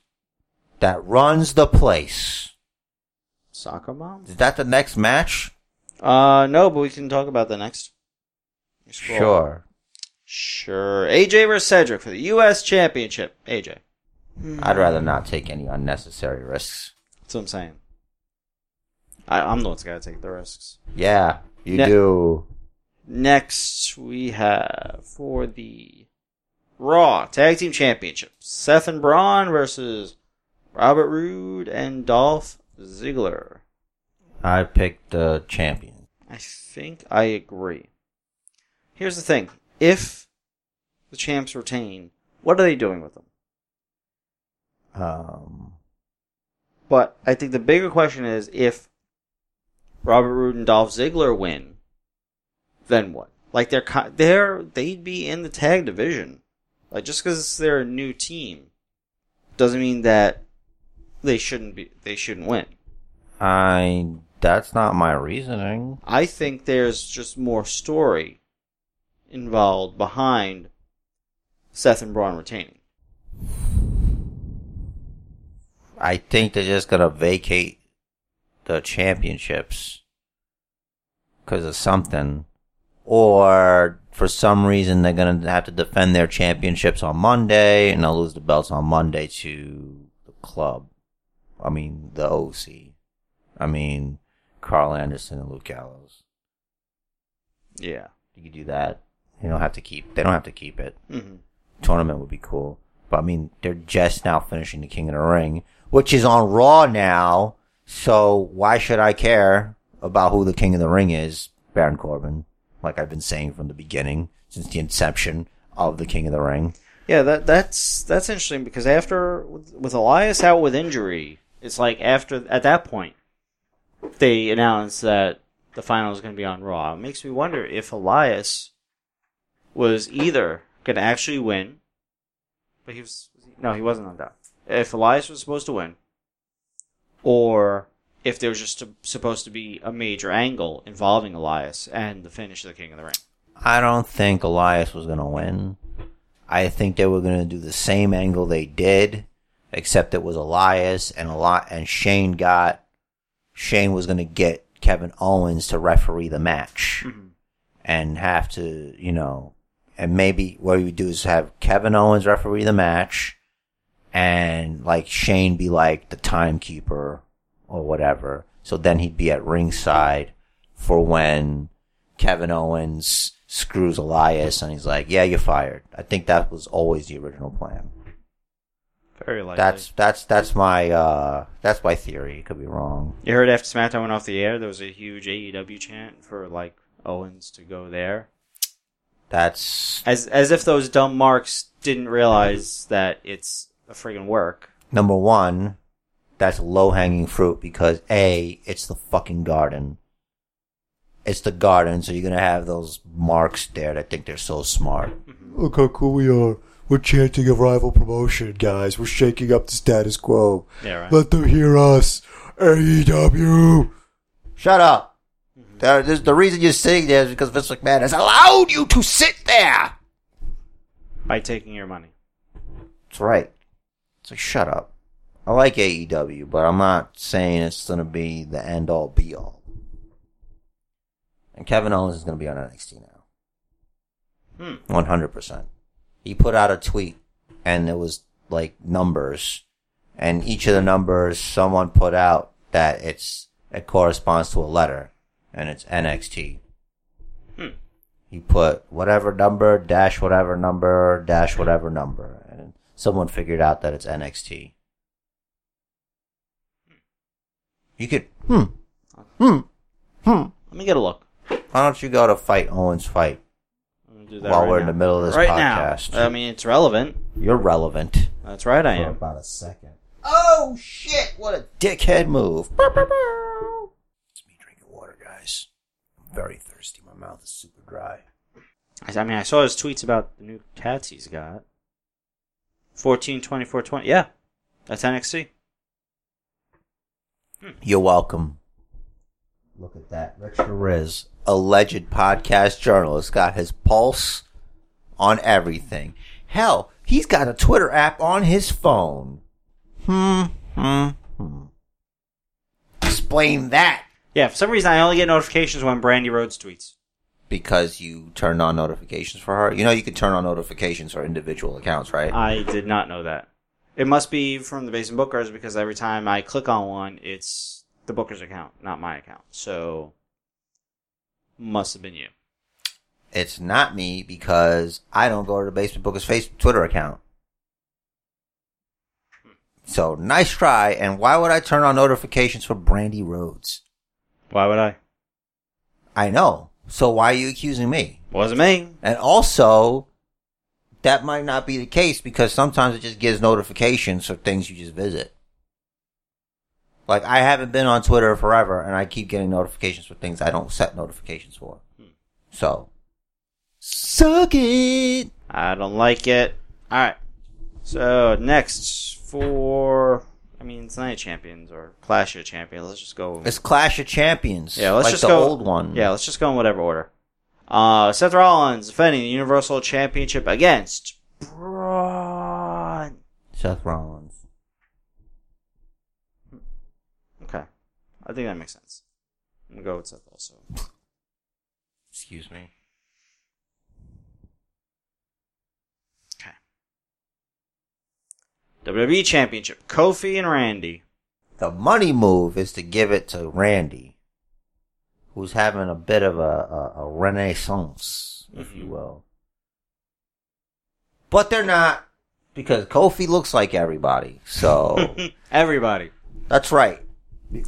that runs the place.
Soccer mom?
Is that the next match?
Uh, no, but we can talk about that next. You scroll.
Sure.
Sure. AJ versus Cedric for the U.S. Championship. AJ.
I'd rather not take any unnecessary risks.
That's what I'm saying. I, I'm the one that's got to take the risks.
Yeah, you
Ne-
do.
Next, we have for the Raw Tag Team Championship Seth and Braun versus Robert Roode and Dolph Ziggler.
I picked the champion.
I think I agree. Here's the thing if the champs retain, what are they doing with them?
Um,
But I think the bigger question is if Robert Roode and Dolph Ziggler win, then what? Like they're co- they're they'd be in the tag division. Like just because they're a new team doesn't mean that they shouldn't be they shouldn't win.
I that's not my reasoning.
I think there's just more story involved behind Seth and Braun retaining.
I think they're just gonna vacate the championships because of something, or for some reason they're gonna have to defend their championships on Monday, and they'll lose the belts on Monday to the club. I mean the OC. I mean Carl Anderson and Luke Gallows.
Yeah.
You could do that. You don't have to keep. They don't have to keep it.
hmm
tournament would be cool. But I mean, they're just now finishing the King of the Ring, which is on Raw now. So why should I care about who the King of the Ring is, Baron Corbin? Like I've been saying from the beginning, since the inception of the King of the Ring.
Yeah, that that's that's interesting because after with Elias out with injury, it's like after at that point they announced that the final is going to be on Raw. It makes me wonder if Elias was either going to actually win, but he was no, he wasn't on that. If Elias was supposed to win, or if there was just supposed to be a major angle involving Elias and the finish of the King of the Ring.
I don't think Elias was going to win. I think they were going to do the same angle they did, except it was Elias and a lot and Shane got Shane was going to get Kevin Owens to referee the match and have to, you know, and maybe what you do is have Kevin Owens referee the match and like Shane be like the timekeeper or whatever. So then he'd be at ringside for when Kevin Owens screws Elias and he's like, yeah, you're fired. I think that was always the original plan.
Very likely.
That's that's that's my uh that's my theory. Could be wrong.
You heard after SmackDown went off the air, there was a huge AEW chant for like Owens to go there,
That's
as as if those dumb marks didn't realize that it's a friggin' work.
number one. That's low hanging fruit because a it's the fucking garden. It's the garden, so you're gonna have those marks there that think they're so smart.
Look how cool we are. We're chanting a rival promotion, guys. We're shaking up the status quo.
Yeah, right.
Let them hear us. E AEW.
Shut up. There- there's- the reason you're sitting there is because Vince McMahon has allowed you to sit there.
By taking your money.
That's right. It's like shut up. I like AEW, but I'm not saying it's gonna be the end all be all. And Kevin Owens is gonna be on NXT now.
Hmm.
One hundred percent. He put out a tweet, and it was like numbers, and each of the numbers someone put out that it's it corresponds to a letter, and it's NXT.
Hmm.
He put whatever number dash whatever number dash whatever number, and someone figured out that it's NXT. You could hmm hmm hmm.
Let me get a look.
Why don't you go to fight Owens fight?
I'm gonna do that
While
right
we're in
now.
the middle of this
right
podcast.
Now. I mean, it's relevant.
You're relevant.
That's right, I
for
am.
about a second. Oh shit! What a dickhead move. Bow, bow, bow. It's me drinking water, guys. I'm very thirsty. My mouth is super dry.
I I mean, I saw his tweets about the new cats he's got. 14, 24, 20. Yeah, that's NXT.
You're welcome. Look at that. Rich Riz, alleged podcast journalist, got his pulse on everything. Hell, he's got a Twitter app on his phone. Hmm, hmm, hmm. Explain that.
Yeah, for some reason I only get notifications when Brandy Rhodes tweets.
because you turned on notifications for her. You know, you can turn on notifications for individual accounts, right?
I did not know that. It must be from the Basin Bookers because every time I click on one, it's the Booker's account, not my account. So, must have been you.
it's not me because I don't go to the Basement Bookers Facebook Twitter account. So nice try. And why would I turn on notifications for Brandy Rhodes?
Why would I?
I know. So why are you accusing me?
Wasn't me.
And also, that might not be the case because sometimes it just gives notifications for things you just visit. Like I haven't been on Twitter forever, and I keep getting notifications for things I don't set notifications for.
Hmm.
So, suck it.
I don't like it. All right. So next for, I mean, it's not champions or Clash of Champions. Let's just go.
It's Clash of Champions.
yeah, let's
like
just
the
go
old one.
Yeah, let's just go in whatever order. Uh, Seth Rollins defending the Universal Championship against Braun.
Seth Rollins.
Okay, I think that makes sense. I'm gonna go with Seth also.
Excuse me.
Okay. WWE E Championship: Kofi and Randy.
The money move is to give it to Randy, who's having a bit of a, a, a renaissance, if you
Mhm.
will. But they're not, because Kofi looks like everybody. So
Everybody.
that's right.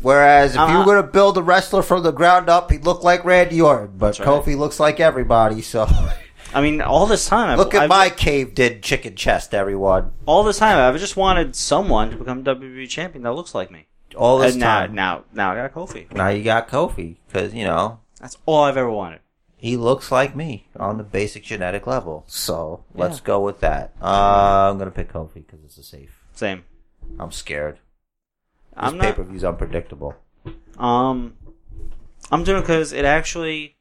Whereas if you were
Uh-huh.
going to build a wrestler from the ground up, he'd look like Randy Orton. But
That's right.
Kofi looks like everybody. So
I mean, all this time. I've-
look at
I've-
my cave did chicken chest, everyone.
all this time I've just wanted someone to become WWE champion that looks like me.
All this
and
time.
now, now, now I got Kofi.
Now you got Kofi because you know
That's all I've ever wanted.
he looks like me on the basic genetic level. So let's go with that. Uh, I'm gonna pick Kofi because it's a safe.
Same.
I'm scared. This
I'm
pay per view's unpredictable.
not. Um, I'm doing because it actually.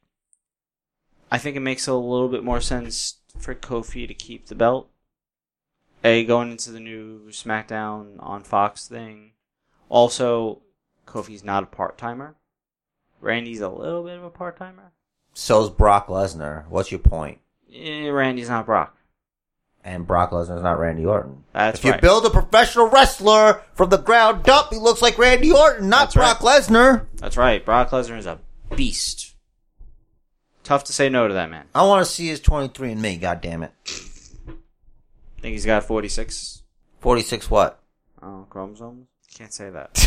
I think it makes a little bit more sense for Kofi to keep the belt. A going into the new SmackDown on Fox thing. Also, Kofi's not a part timer. Randy's a little bit of a part timer.
So's Brock Lesnar. What's your point?
Eh, Randy's not Brock.
And Brock Lesnar's not Randy Orton.
That's
if you
right.
build a professional wrestler from the ground up, he looks like Randy Orton, not
That's
Brock
right.
Lesnar.
That's right. Brock Lesnar is a beast. Tough to say no to that man.
I want to see his 23 and me. God damn it.
I think he's got 46.
46 what?
Oh, chromosomes? Can't say that.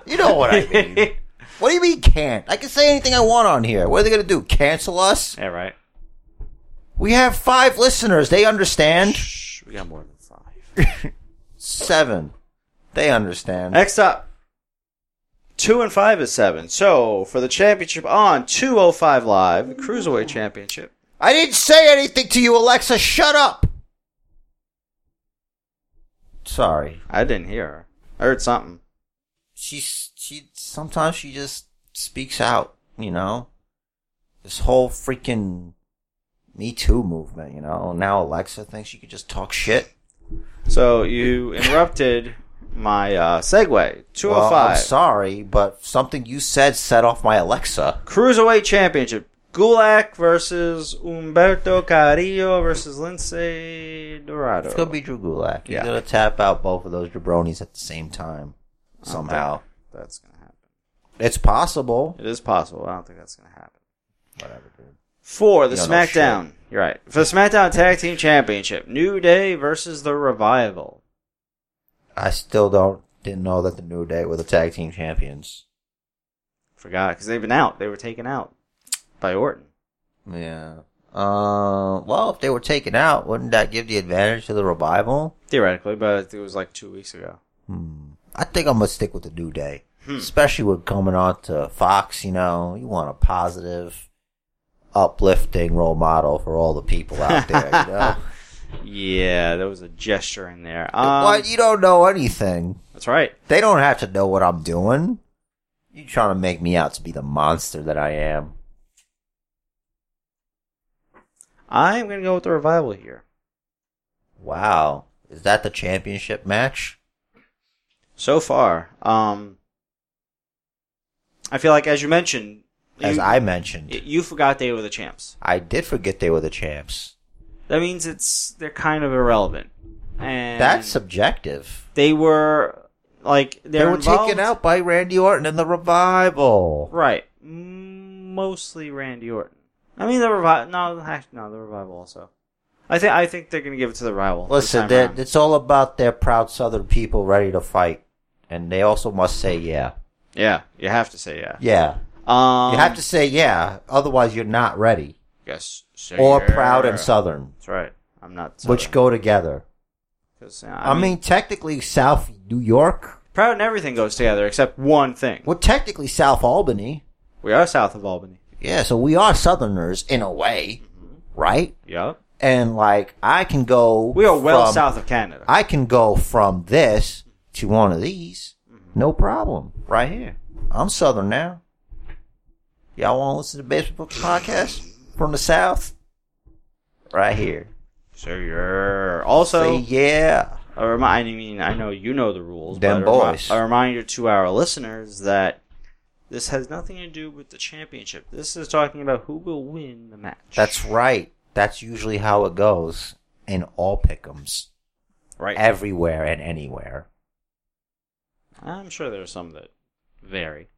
You know what I mean. What do you mean can't? I can say anything I want on here. What are they going to do? Cancel us?
yeah, right.
We have five listeners. They understand.
Shh, we got more than five.
Seven. They understand.
Next up, two and five is seven. So for the championship on 205 Live, the Cruiserweight Championship.
I didn't say anything to you, Alexa. Shut up. Sorry.
I didn't hear her. I heard something.
She's, she, sometimes she just speaks out, you know? This whole freaking Me Too movement, you know? Now Alexa thinks she could just talk shit.
So you interrupted my uh, segue.
Well,
205
I'm sorry, but something you said set off my Alexa.
Cruiserweight Championship. Gulak versus Umberto Carrillo versus Lindsay Dorado.
It's gonna be Drew Gulak. He's
Yeah.
gonna tap out both of those jabronis at the same time somehow.
That's gonna happen.
It's possible.
It is possible. I don't think that's gonna happen.
Whatever, dude.
For the
You don't know
SmackDown. You're right. For the SmackDown Tag Team Championship, New Day versus the Revival.
I still don't didn't know that the New Day were the tag team champions.
Forgot because they've been out. They were taken out by Orton.
Yeah. Uh, well, if they were taken out, wouldn't that give the advantage to the revival?
Theoretically, but it was like two weeks ago.
Hmm. I think I'm gonna stick with the New Day, especially with coming on to Fox. You know, you want a positive, uplifting role model for all the people out there. You know,
Yeah, there was a gesture in there. Um,
Why you don't know anything.
That's right.
They don't have to know what I'm doing. You trying to make me out to be the monster that I am?
I'm gonna go with the Revival here.
Wow, is that the championship match?
So far, um, I feel like as you mentioned,
As
you,
I mentioned,
you forgot they were the champs.
I did forget they were the champs.
That means it's they're kind of irrelevant. And
That's subjective.
they were like
They
they're
were
involved,
taken out by Randy Orton in the revival.
right? M- Mostly Randy Orton. I mean the revival. No, actually, no, the revival also. I think I think they're gonna give it to the revival. this
Listen,
time
they're-
around.
it's all about their proud Southern people ready to fight, and they also must say yeah,
yeah, you have to say yeah.
yeah.
Um,
you have to say yeah, otherwise you're not ready
yes, say
or
yeah.
proud and Southern,
That's right. I'm not.
which go together.
'Cause, uh, I,
I mean, technically South New York.
proud and everything goes together except one thing.
Well, technically South Albany.
We are south of Albany.
Yeah, so we are Southerners in a way, right?
Yup.
And like, I can go.
We are well
from-
south of Canada.
I can go from this to one of these,
Mm-hmm.
no problem. Right here, I'm Southern now. Y'all want to listen to Basement Books podcast from the South? Right here.
so you're also.
Say yeah,
A remi- I mean, I know you know the rules,
Them
but a remi-
boys.
a reminder to our listeners that this has nothing to do with the championship. This is talking about who will win the match.
that's right. That's usually how it goes in all pickums,
right.
everywhere and anywhere.
I'm sure there are some that vary.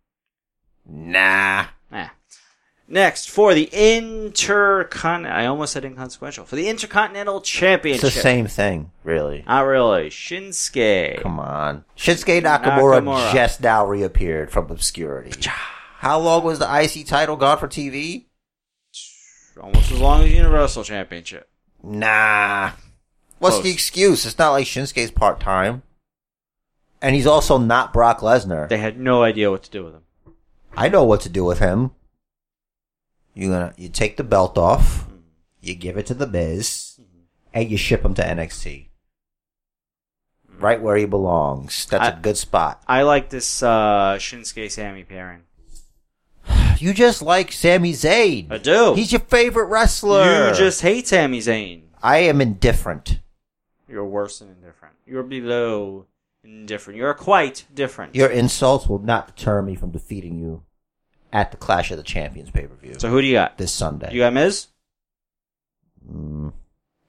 Nah.
Nah. Next, for the intercon, I almost said inconsequential. For the Intercontinental
It's
Championship.
the same thing, really.
Not really. Shinsuke.
Come on. Shinsuke Nakamura,
Nakamura.
just now reappeared from obscurity. How long was the IC title gone for TV?
Almost as long as Universal Championship.
Nah. What's
Close.
the excuse? It's not like Shinsuke's part time. And he's also not Brock Lesnar.
They had no idea what to do with him.
I know what to do with him. You gonna you take the belt off, you give it to the Miz, and you ship him to NXT. Right where he belongs. That's a
I-
good spot.
I like this uh, Shinsuke Sammy pairing.
You just like Sami Zayn.
I do.
He's your favorite wrestler.
you just hate Sami Zayn.
I am indifferent.
You're worse than indifferent. You're below indifferent. You're quite different.
Your insults will not deter me from defeating you at the Clash of the Champions pay per view
so who do you got?
this Sunday.
You got Miz?
Mm.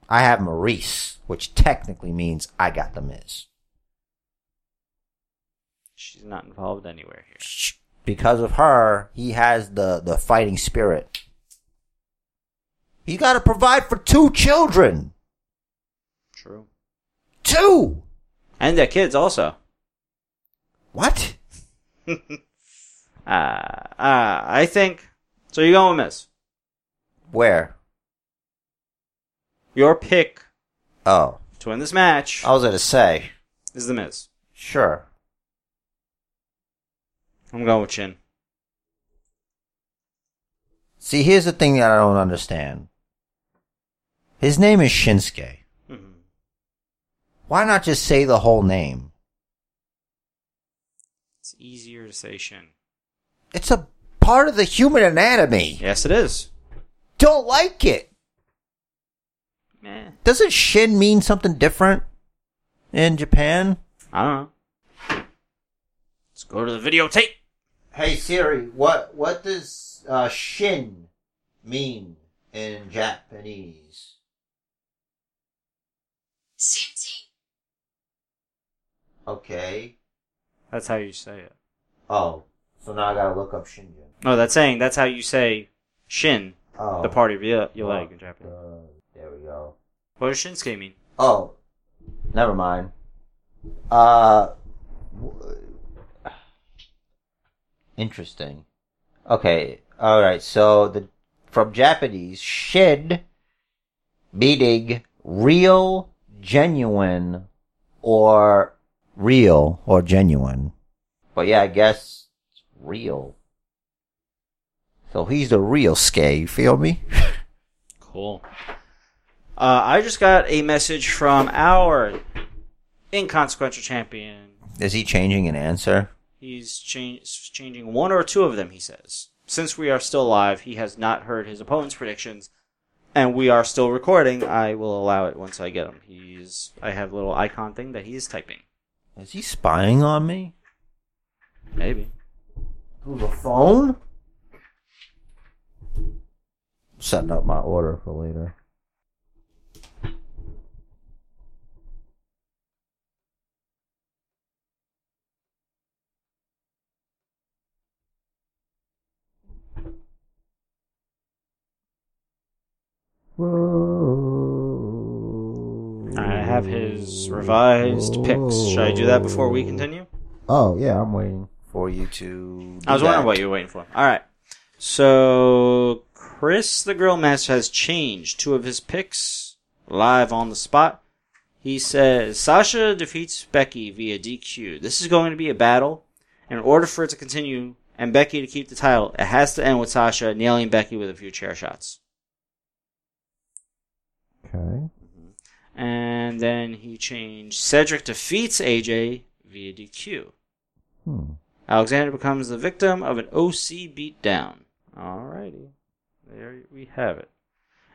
I have Maurice, which technically means I got the Miz.
She's not involved anywhere here.
Because of her, he has the, the fighting spirit. He's got to provide for two children.
True.
Two.
And their kids also.
What?
Uh, uh, I think. So you're going with Miz.
Where?
Your pick
Oh,
to win this match
I was gonna say.
is The Miz.
Sure.
I'm going with Chin.
See, here's the thing that I don't understand. His name is Shinsuke.
Mhm.
Why not just say the whole name?
It's easier to say Shin.
It's a part of the human anatomy.
Yes, it is.
Don't like it.
Meh.
Doesn't shin mean something different in Japan?
I don't know. Let's go to the videotape.
Hey Siri, what what does uh, shin mean in Japanese? Okay.
That's how you say it.
Oh, so now I gotta look up Shinja.
No, that's saying that's how you say Shin,
Oh,
the part of your, your leg in
Uh,
Japanese.
there we go.
What does Shinsuke mean?
Oh, never mind. Uh, w- interesting. Okay, all right. So the from Japanese shed meaning real, genuine, or real or genuine. But yeah, I guess it's real. So he's the real skay. You feel me?
Cool. Uh, I just got a message from our inconsequential champion.
Is he changing an answer?
He's change, changing one or two of them, he says. Since we are still live, he has not heard his opponent's predictions, and we are still recording. I will allow it once I get him. He's I have a little icon thing that he is typing.
Is he spying on me?
Maybe.
Through the phone? Setting up my order for later.
I have his revised picks. Should I do that before we continue?
Oh yeah, I'm waiting for you to.
I was wondering what you were waiting for. All right. So Chris the Grill Master has changed two of his picks live on the spot. He says Sasha defeats Becky via DQ. This is going to be a battle. In order for it to continue and Becky to keep the title, it has to end with Sasha nailing Becky with a few chair shots.
Okay.
And then he changed Cedric defeats AJ via DQ.
Hmm.
Alexander becomes the victim of an OC beatdown. Alrighty. There we have it.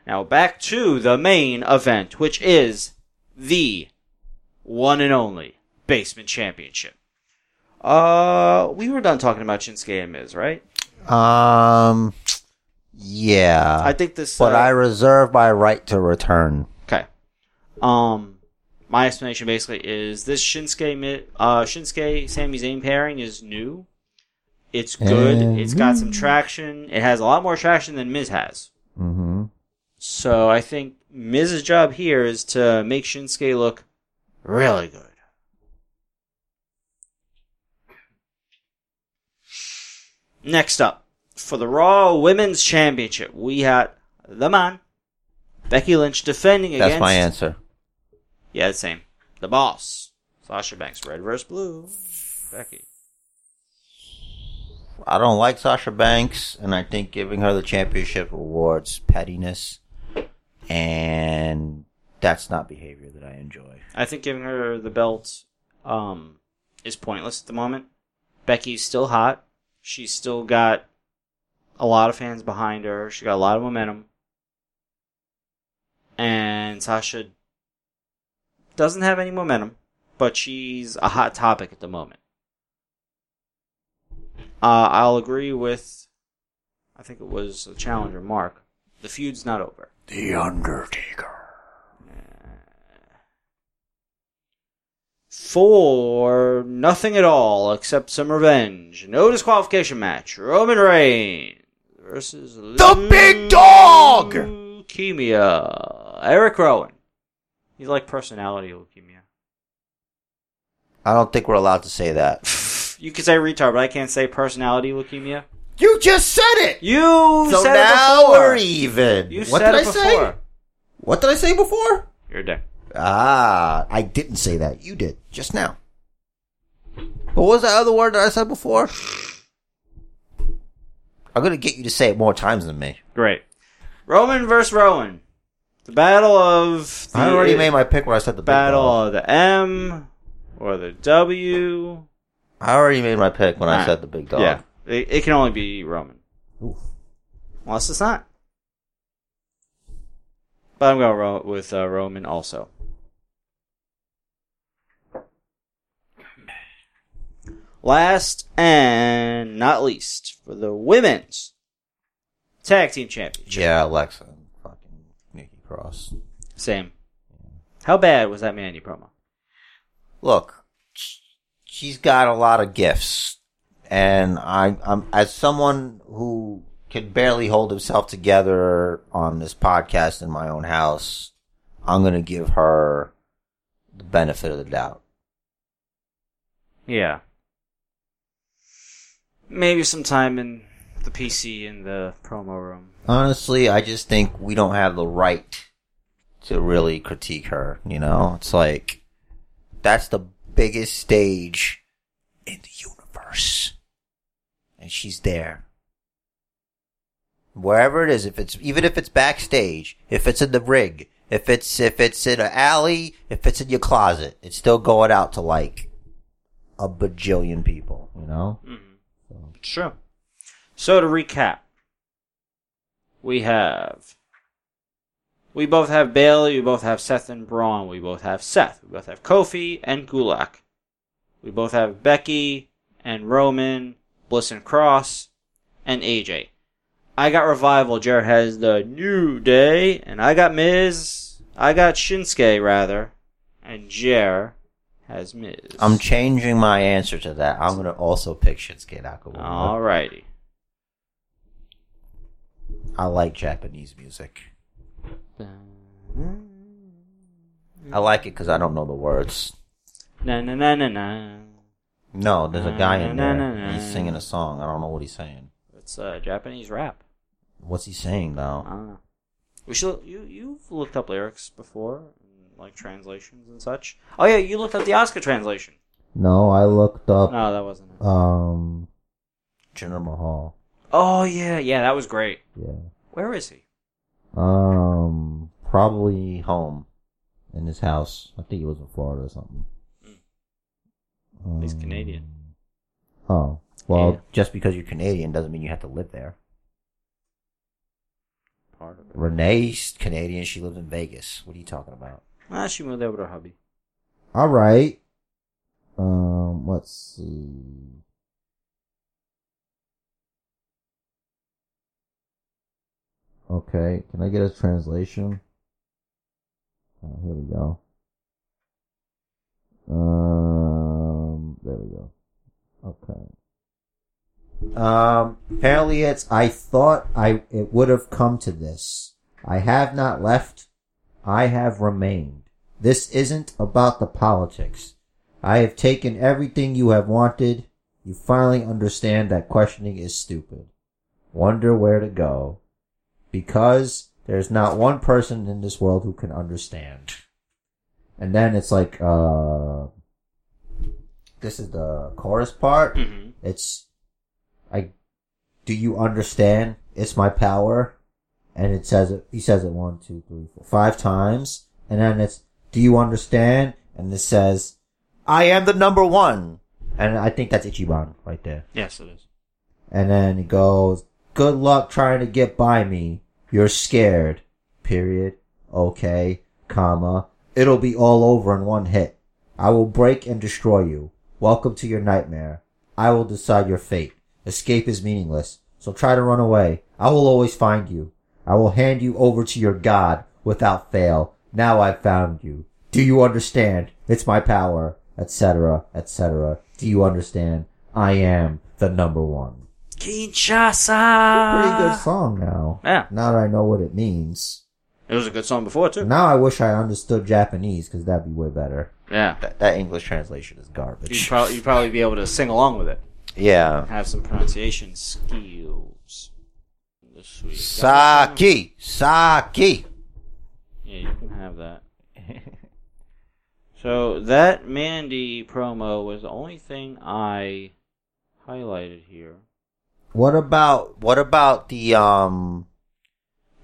Now back to the main event, which is the one and only Basement Championship. Uh, we were done talking about Shinsuke and Miz, right?
Um. Yeah.
I think this.
but
uh,
I reserve my right to return.
Okay. Um, my explanation basically is this Shinsuke Mi- uh Shinsuke Sami Zayn pairing is new. It's good.
And-
it's got some traction. It has a lot more traction than Miz has.
Mm-hmm.
So I think Miz's job here is to make Shinsuke look really good. Next up, for the Raw Women's Championship, we had the man, Becky Lynch, defending
That's
against
my answer.
yeah, the same. The boss. Sasha Banks, red versus blue. Becky.
I don't like Sasha Banks, and I think giving her the championship awards pettiness, and that's not behavior that I enjoy.
I think giving her the belt um, is pointless at the moment. Becky's still hot. She's still got a lot of fans behind her. She got a lot of momentum. And Sasha doesn't have any momentum, but she's a hot topic at the moment. Uh, I'll agree with, I think it was the challenger, Mark. The feud's not over.
The Undertaker.
for nothing at all except some revenge. No disqualification match. Roman Reigns versus
The Big Dog!
Leukemia. Eric Rowan. He's like personality leukemia.
I don't think we're allowed to say that.
You can say retard, but I can't say personality leukemia.
You just said it.
You
so
said
now
it before.
we're even.
You
what
said
did
it
I say?
before.
What did I say before?
You're a dick.
Ah, I didn't say that. You did just now. But what was that other word that I said before? I'm gonna get you to say it more times than me.
Great. Roman versus Rowan. The battle of the
I already made my pick when I said the big
battle
dog.
of the M or the W.
I already made my pick when I
Nah.
said the big dog.
Yeah, it, it can only be Roman.
Oof.
Unless it's not. But I'm going ro- with uh, Roman also. Last and not least, for the women's tag team championship.
Yeah, Alexa. and Fucking Nikki Cross.
Same. How bad was that Mandy promo?
Look, sh- she's got a lot of gifts. And I, I'm, as someone who can barely hold himself together on this podcast in my own house, I'm going to give her the benefit of the doubt.
Yeah. Maybe some time in the PC in the promo room.
Honestly, I just think we don't have the right to really critique her, you know? It's like, that's the biggest stage in the universe. And she's there. Wherever it is, if it's, even if it's backstage, if it's in the rig, if it's, if it's in an alley, if it's in your closet, it's still going out to like a bajillion people, you know?
Mm-hmm. Sure. So to recap, we have. We both have Bailey, we both have Seth and Braun, we both have Seth, we both have Kofi and Gulak. We both have Becky and Roman, Bliss and Cross, and AJ. I got Revival, Jared has the New Day, and I got Miz, I got Shinsuke rather, and Jer has Miz.
I'm changing my answer to that. I'm gonna also pick Shinsuke Nakamura.
Alrighty.
I like Japanese music. I like it because I don't know the words.
Na na na na na.
No, there's a guy in there.
Na-na-na-na.
He's singing a song. I don't know what he's saying.
It's uh, Japanese rap.
What's he saying though?
Ah. We should you you've looked up lyrics before, like translations and such. Oh yeah, you looked up the Oscar translation.
No, I looked up
No, that wasn't it.
um Jinder Mahal.
Oh yeah, yeah, that was great.
Yeah.
Where is he?
Um, probably home in his house. I think he was in Florida or something.
He's
Um,
Canadian.
Oh. Well,
Yeah.
just because you're Canadian doesn't mean you have to live there.
Part of it.
Renee's Canadian. She lives in Vegas. What are you talking about?
Ah, she moved over to her hubby.
All right. Um, let's see. Okay, can I get a translation? Uh, here we go. Um, there we go. Okay. Um, apparently it's, I thought I, it would have come to this. I have not left I have remained. This isn't about the politics. I have taken everything you have wanted. You finally understand that questioning is stupid. Wonder where to go. Because there's not one person in this world who can understand. And then it's like, uh, this is the chorus part.
Mm-hmm.
It's, I, do you understand? It's my power. And it says it, he says it one, two, three, four, five times. And then it's, do you understand? And this says, I am the number one. And I think that's Ichiban right there.
Yes, it is.
And then he goes, good luck trying to get by me. You're scared. Period. Okay. Comma. It'll be all over in one hit. I will break and destroy you. Welcome to your nightmare. I will decide your fate. Escape is meaningless. So try to run away. I will always find you. I will hand you over to your God without fail. Now I've found you. Do you understand? It's my power. Etc. Etc. Do you understand? I am the number one.
Kinshasa.
Pretty good song now.
Yeah.
Now that I know what it means.
It was a good song before too.
Now I wish I understood Japanese because that'd be way better.
Yeah.
That, that English translation is
You'd,
garbage.
prob- you'd probably be able to sing along with it.
Yeah.
Have some pronunciation skills. This week.
Saki. Saki.
Yeah, you can have that. So that Mandy promo was the only thing I highlighted here.
What about what about the um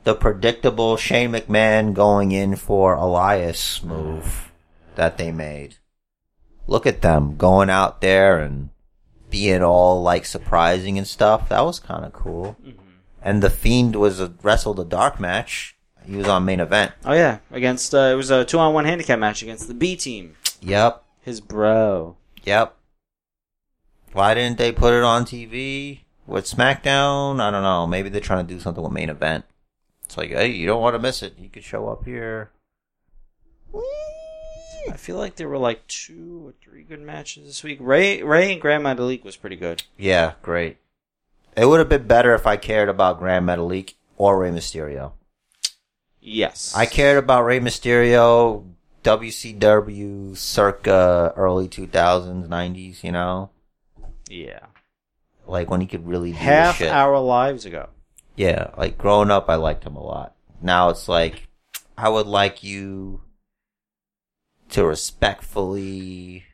the predictable Shane McMahon going in for Elias move that they made? Look at them going out there and being all like surprising and stuff. That was kind of cool. And the Fiend was a wrestled a dark match. He was on main event.
Oh yeah, against uh, it was a two-on-one handicap match against the B team.
Yep,
His bro.
yep. Why didn't they put it on TV with SmackDown? I don't know. Maybe they're trying to do something with main event. It's like, hey, you don't want to miss it. You could show up here.
I feel like there were like two or three good matches this week. Ray, Ray and Grandma Dalik was pretty good.
Yeah, great. It would have been better if I cared about Grand Metalik or Rey Mysterio.
Yes,
I cared about Rey Mysterio, WCW, circa early 2000s, 90s, you know?
Yeah,
Like when he could really do
half
his shit.
our lives ago.
Yeah, like growing up, I liked him a lot. Now it's like, I would like you to respectfully,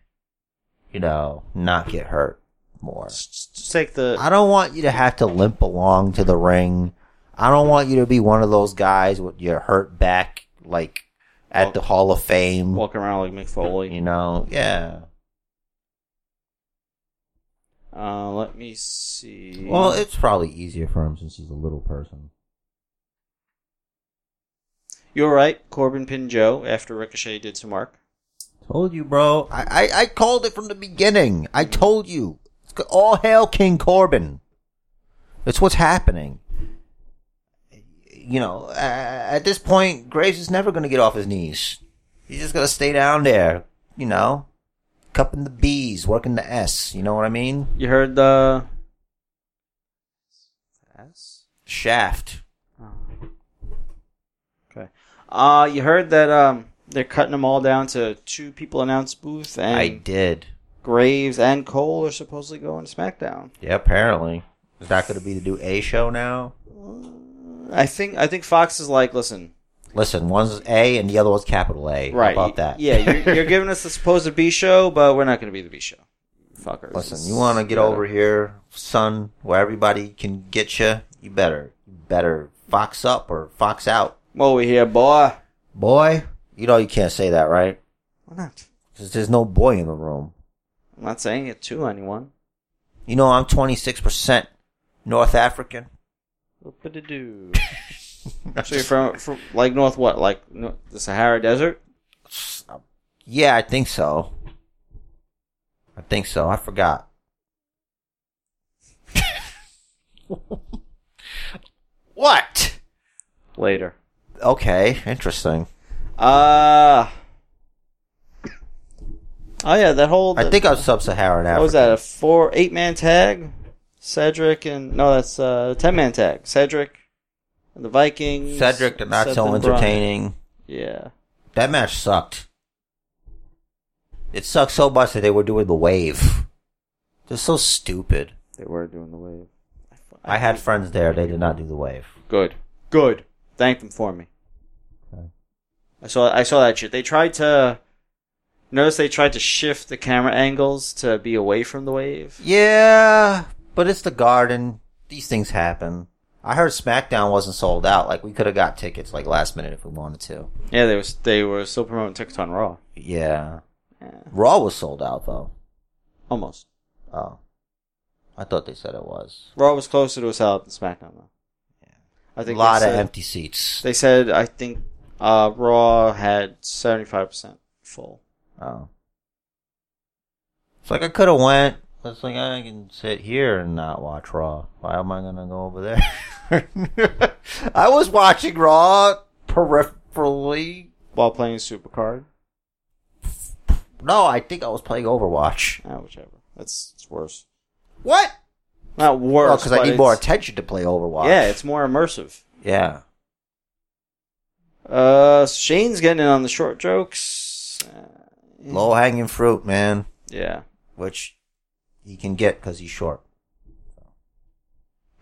you know, not get hurt more.
Just just take the
I don't want you to have to limp along to the ring. I don't want you to be one of those guys with your hurt back, like at the Hall of Fame.
walking around like Mick
you
Foley.
know, yeah.
Uh, let me see.
Well, it's probably easier for him since he's a little person.
you're right. Corbin pinned Joe after Ricochet did some work.
Told you, bro. I, I, I called it from the beginning. I told you. It's go- all hail King Corbin. It's what's happening. You know, uh, at this point, Graves is never going to get off his knees. He's just going to stay down there, you know, cupping the B's, working the S. You know what I mean?
You heard the S.
Shaft.
Okay. Uh, you heard that um they're cutting them all down to two people announce booth and
I did.
Graves and Cole are supposedly going to SmackDown.
Yeah, apparently. Is that going to be the new A show now?
I think I think Fox is like, listen,
Listen, one's A and the other one's capital A. How
right
about that?
Yeah, you're, you're giving us the supposed B show, but we're not going to be the B show. Fuckers.
Listen, you want to get over here, son, where everybody can get you. You better, you better fox up or fox out,
I'm over here, boy.
boy. You know you can't say that, right?
Why not?
'Cause there's no boy in the room.
I'm not saying it to anyone.
You know I'm 26 percent North African.
Whoop-a-da-doo. so you're from, from like north what? Like no, the Sahara Desert?
Yeah, I think so. I think so. I forgot. what?
Later.
Okay, interesting.
Uh Oh yeah, that whole
I think I'm sub-Saharan African.
What was that? A four, eight man tag? Cedric and no, that's uh, ten man tag. Cedric and the Vikings.
Cedric, the not
Seth
so
and Bryan.
entertaining.
Yeah,
That match sucked. It sucked so much that they were doing the wave. They're so stupid.
they were doing the wave.
I had friends there. They did not do the wave.
good, good. Thank them for me.
Okay.
I saw, I saw that shit. They tried to notice they tried to shift the camera angles to be away from the wave.
Yeah, but it's the garden. These things happen. I heard SmackDown wasn't sold out. Like we could have got tickets like last minute if we wanted to.
Yeah, they was they were still promoting tickets on Raw.
Yeah.
Yeah,
Raw was sold out though.
almost.
Oh. I thought they said it was.
Raw was closer to a sellout than SmackDown though. I
A
think they
lot of
said-
empty seats.
They said I think uh, Raw had seventy five percent full.
Oh. It's like I could have went. It's like I can sit here and not watch Raw. Why am I gonna go over there? I was watching Raw peripherally.
While playing Supercard,
No, I think I was playing Overwatch.
ah, whichever. That's it's worse.
What?
Not worse.
Well, because I
but
need more
it's-
attention to play Overwatch.
Yeah, it's more immersive.
yeah.
Uh, Shane's getting in on the short jokes. Uh,
Low hanging fruit, man.
Yeah.
Which he can get because he's short.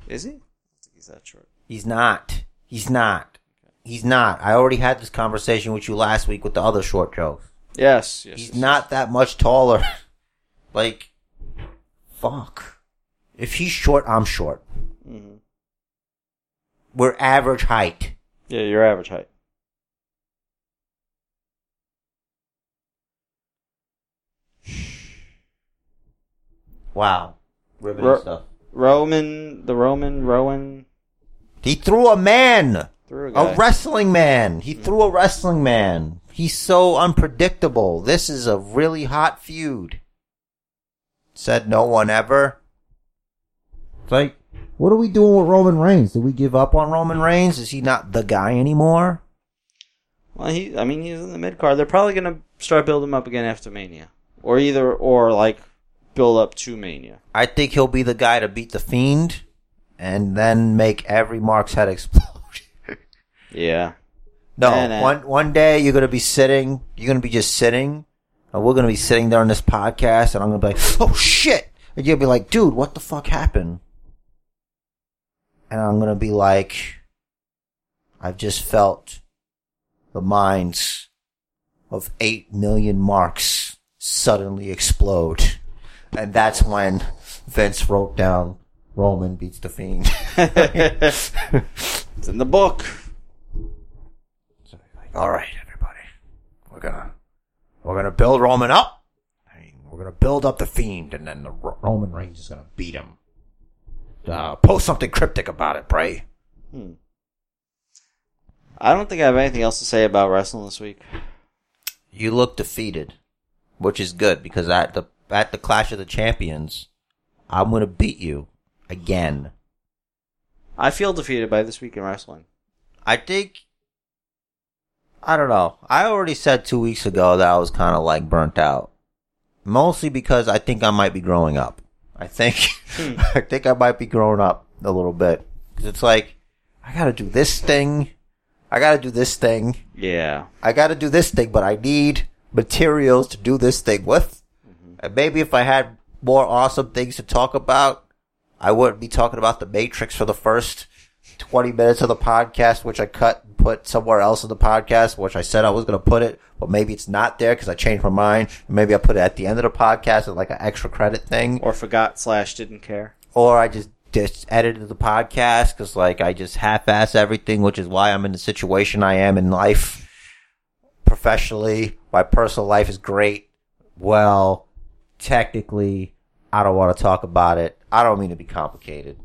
Is he? I don't think he's that short.
He's not. He's not. He's not. I already had this conversation with you last week with the other short jokes.
Yes. yes
He's
yes,
not that much taller. like, fuck. If he's short, I'm short.
yes. Mhm.
We're average height.
Yeah, your average height.
Wow. Ribbon
Ro-
and stuff.
Roman, the Roman, Rowan
He threw a man.
through a guy. Mm.
A wrestling man. He threw a wrestling man. He's so unpredictable. This is a really hot feud. Said no one ever. It's like, what are we doing with Roman Reigns? Did we give up on Roman Reigns? Is he not the guy anymore?
Well, he, I mean, he's in the mid card. They're probably gonna start building him up again after Mania, or either, or like build up to Mania.
I think he'll be the guy to beat the Fiend and then make every Mark's head explode.
Yeah.
no,
Nah, nah.
one one day you're gonna be sitting, you're gonna be just sitting, and we're gonna be sitting there on this podcast, and I'm gonna be like, "Oh shit!" And you'll be like, "Dude, what the fuck happened?" And I'm gonna be like, "I've just felt the minds of eight million Marks suddenly explode," and that's when Vince wrote down Roman beats the Fiend.
it's in the book.
all right, everybody, we're gonna we're gonna build Roman up. I mean, we're gonna build up the fiend, and then the Ro- Roman Reigns is gonna beat him. Uh, post something cryptic about it, Bray.
Hmm. I don't think I have anything else to say about wrestling this week.
You look defeated, which is good because at the at the Clash of the Champions, I'm gonna beat you again.
I feel defeated by this week in wrestling.
I think. I don't know. I already said two weeks ago that I was kind of like burnt out. Mostly because I think I might be growing up. I think, I think I might be growing up a little bit. Cause it's like, I gotta do this thing. I gotta do this thing.
Yeah.
I gotta do this thing, but I need materials to do this thing with. And maybe if I had more awesome things to talk about, I wouldn't be talking about the Matrix for the first 20 minutes of the podcast, which I cut and put somewhere else in the podcast, which I said I was gonna put it, but maybe it's not there because I changed my mind. Maybe I put it at the end of the podcast as like an extra credit thing
Or forgot slash didn't care.
or I just just edited the podcast because like I just half-ass everything, which is why I'm in the situation I am in life, professionally. My personal life is great. Well, technically, I don't want to talk about it. I don't mean to be complicated.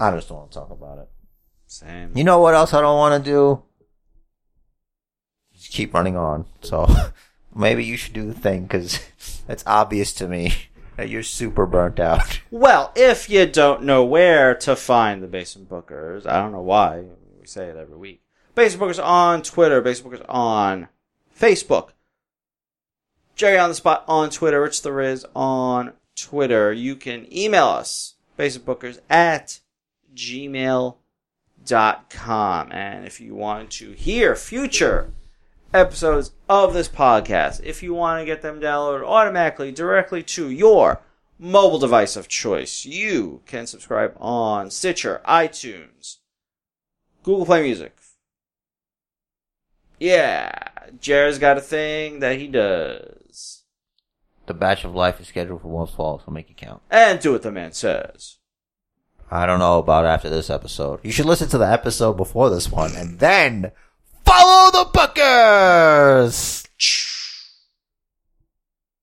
I just don't want to talk about it.
Same.
You know what else I don't want to do? Just keep running on. So maybe you should do the thing because it's obvious to me that you're super burnt out.
Well, if you don't know where to find the Basement Bookers, I don't know why. We say it every week. Basement Bookers on Twitter, Basement Bookers on Facebook. Jerry on the Spot on Twitter, Rich the Riz on Twitter. You can email us, basementbookers at gmail.com. And if you want to hear future episodes of this podcast. If you want to get them downloaded automatically directly to your mobile device of choice, you can subscribe on Stitcher, iTunes, Google Play Music. Yeah, Jared's got a thing that he does.
The batch of life is scheduled for once fall, so make it count.
And do what the man says.
I don't know about after this episode. You should listen to the episode before this one and then follow the Bookers!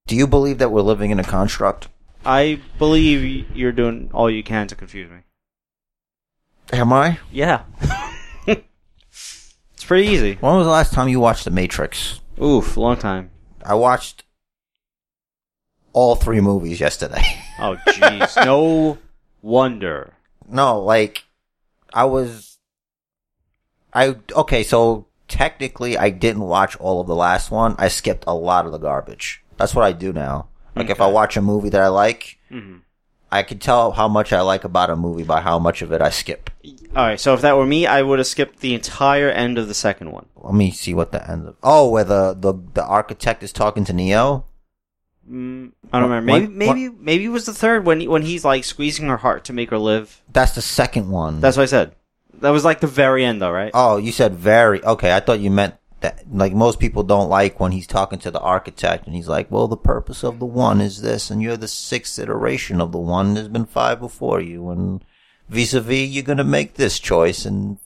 Do you believe that we're living in a construct?
I believe you're doing all you can to confuse me.
Am I?
Yeah. it's pretty easy.
When was the last time you watched The Matrix?
Oof, long time.
I watched all three movies yesterday.
Oh, jeez. no wonder.
no, like I was I okay, so technically I didn't watch all of the last one. I skipped a lot of the garbage. That's what I do now. Like if I
Okay.
watch a movie that I like,
Mhm.
I can tell how much I like about a movie by how much of it I skip.
All right, so if that were me, I would have skipped the entire end of the second one.
Let me see what the end of. Oh, where the, the, the architect is talking to Neo?
Mm, I don't
What-
remember. Maybe,
what-
maybe, maybe it was the third when he- when he's like squeezing her heart to make her live.
That's the second one.
That's what I said. That was like the very end, though, right?
Oh, you said very. Okay, I thought you meant that. Like most people don't like when he's talking to the architect and he's like, "Well, the purpose of the one is this, and you're the sixth iteration of the one. There's been five before you, and vis-a-vis, you're gonna make this choice, and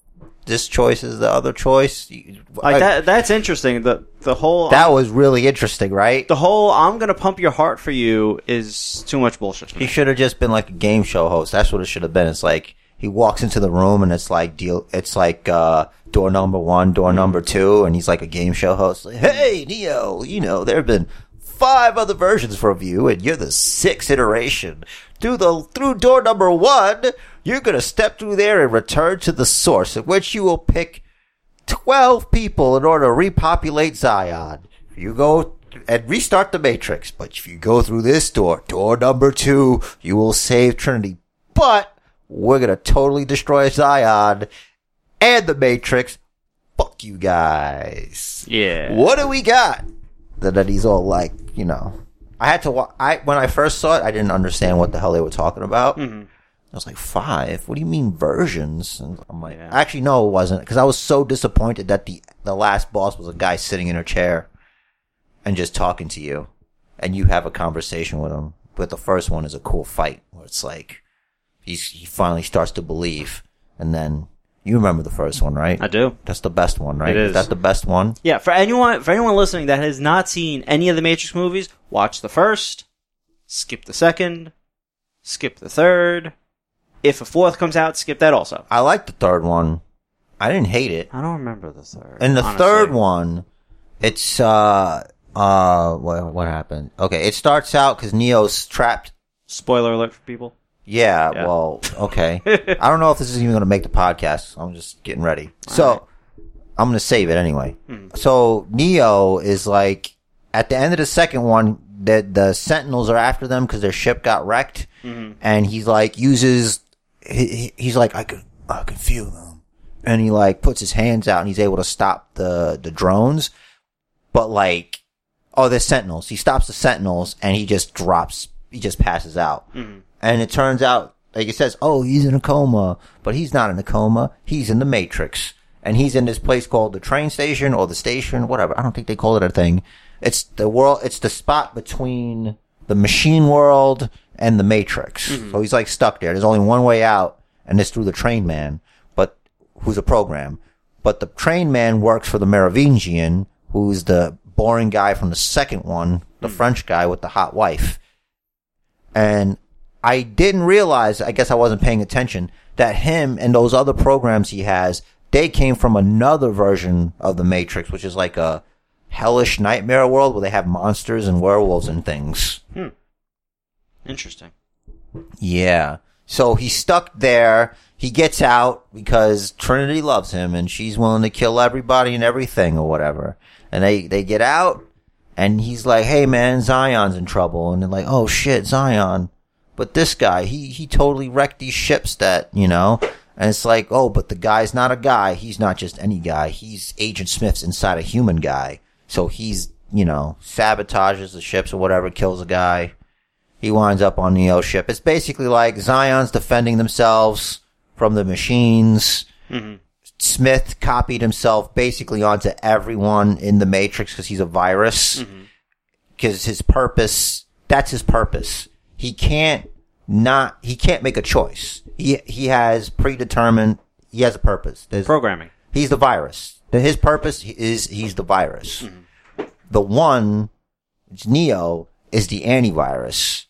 this choice is the other choice." You-
like
I-
that. That's interesting. The the whole
That was really interesting, right?
the whole I'm gonna pump your heart for you is too much bullshit. to
He
me.
should have just been like a game show host. That's what it should have been. It's like he walks into the room and it's like deal. It's like uh, door number one, door number two, and he's like a game show host. Like, hey, Neo, you know there have been five other versions from you, and you're the sixth iteration. Through the through door number one, you're gonna step through there and return to the source, at which you will pick 12 people in order to repopulate Zion. You go and restart the Matrix, but if you go through this door, door number two, you will save Trinity. But we're gonna totally destroy Zion and the Matrix. Fuck you guys.
Yeah.
What do we got? That, that he's all like, you know. I had to wa- I when I first saw it, I didn't understand what the hell they were talking about.
Mm-hmm.
I was like, five? What do you mean versions? And I'm like,
Yeah.
actually, no, it wasn't. Because I was so disappointed that the, the last boss was a guy sitting in a chair and just talking to you. And you have a conversation with him. But the first one is a cool fight where it's like, he's, he finally starts to believe. And then you remember the first one, right?
I do.
That's the best one, right?
It is.
that the best one?
Yeah, for anyone for anyone listening that has not seen any of the Matrix movies, watch the first, skip the second, skip the third. If a fourth comes out, skip that also.
I like the third one. I didn't hate it.
I don't remember the third.
And the
honestly.
third one, it's uh uh what what happened? Okay, it starts out because Neo's trapped.
Spoiler alert for people. Hmm,
Yeah,
Yeah.
well, okay. I don't know if this is even going to make the podcast. I'm just getting ready. so I'm going to save it anyway. So Neo is like at the end of the second one that the Sentinels are after them because their ship got wrecked, and he's like uses he, he- he's like I can I can feel them, and he like puts his hands out and he's able to stop the the drones, but like oh there's Sentinels. He stops the Sentinels and he just drops. He just passes out and it turns out like it says oh he's in a coma but he's not in a coma he's in the matrix and he's in this place called the train station or the station whatever i don't think they call it a thing it's the world it's the spot between the machine world and the matrix so he's like stuck there there's only one way out and it's through the train man but who's a program but the train man works for the merovingian who's the boring guy from the second one the french guy with the hot wife and I didn't realize, I guess I wasn't paying attention, that him and those other programs he has, they came from another version of the Matrix, which is like a hellish nightmare world where they have monsters and werewolves and things.
hmm. Interesting.
Yeah. So he's stuck there. He gets out because Trinity loves him and she's willing to kill everybody and everything or whatever. And they, they get out and he's like, Hey man, Zion's in trouble. And they're like, Oh shit, Zion. But this guy, he, he totally wrecked these ships that, you know, and it's like, Oh, but the guy's not a guy. He's not just any guy. He's Agent Smith's inside a human guy. So he's, you know, sabotages the ships or whatever, kills a guy he winds up on Neo ship. It's basically like Zion's defending themselves from the machines. Smith copied himself basically onto everyone in the Matrix because he's a virus. Because his purpose, that's his purpose. He can't not, he can't make a choice. He, he has predetermined, he has a purpose. There's,
Programming.
He's the virus. That His purpose is he's the virus. The one, it's Neo, is the antivirus.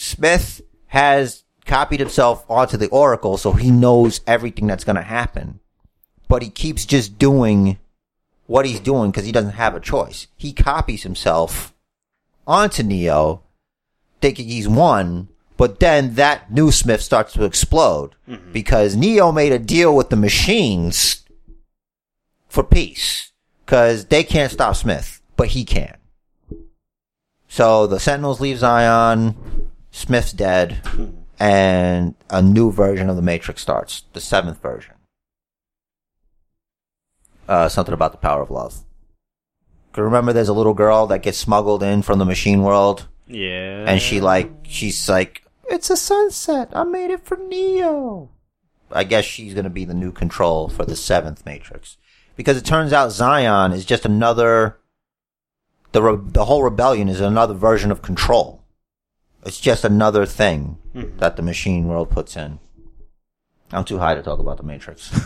Smith has copied himself onto the Oracle, so he knows everything that's going to happen. But he keeps just doing what he's doing because he doesn't have a choice. He copies himself onto Neo, thinking he's one, but then that new Smith starts to explode
Hmm.
because Neo made a deal with the machines for peace because they can't stop Smith, but he can. So the Sentinels leave Zion. Smith's dead,
Hmm.
and a new version of the Matrix starts, the seventh version. Uh, something about the power of love. 'Cause remember, there's a little girl that gets smuggled in from the machine world,
Yeah.
and she like she's like, "It's a sunset. I made it for Neo." I guess she's gonna be the new control for the seventh Matrix, because it turns out Zion is just another. The re- the whole rebellion is another version of control. It's just
Hmm.
another thing that the machine world puts in. I'm too high to talk about the Matrix.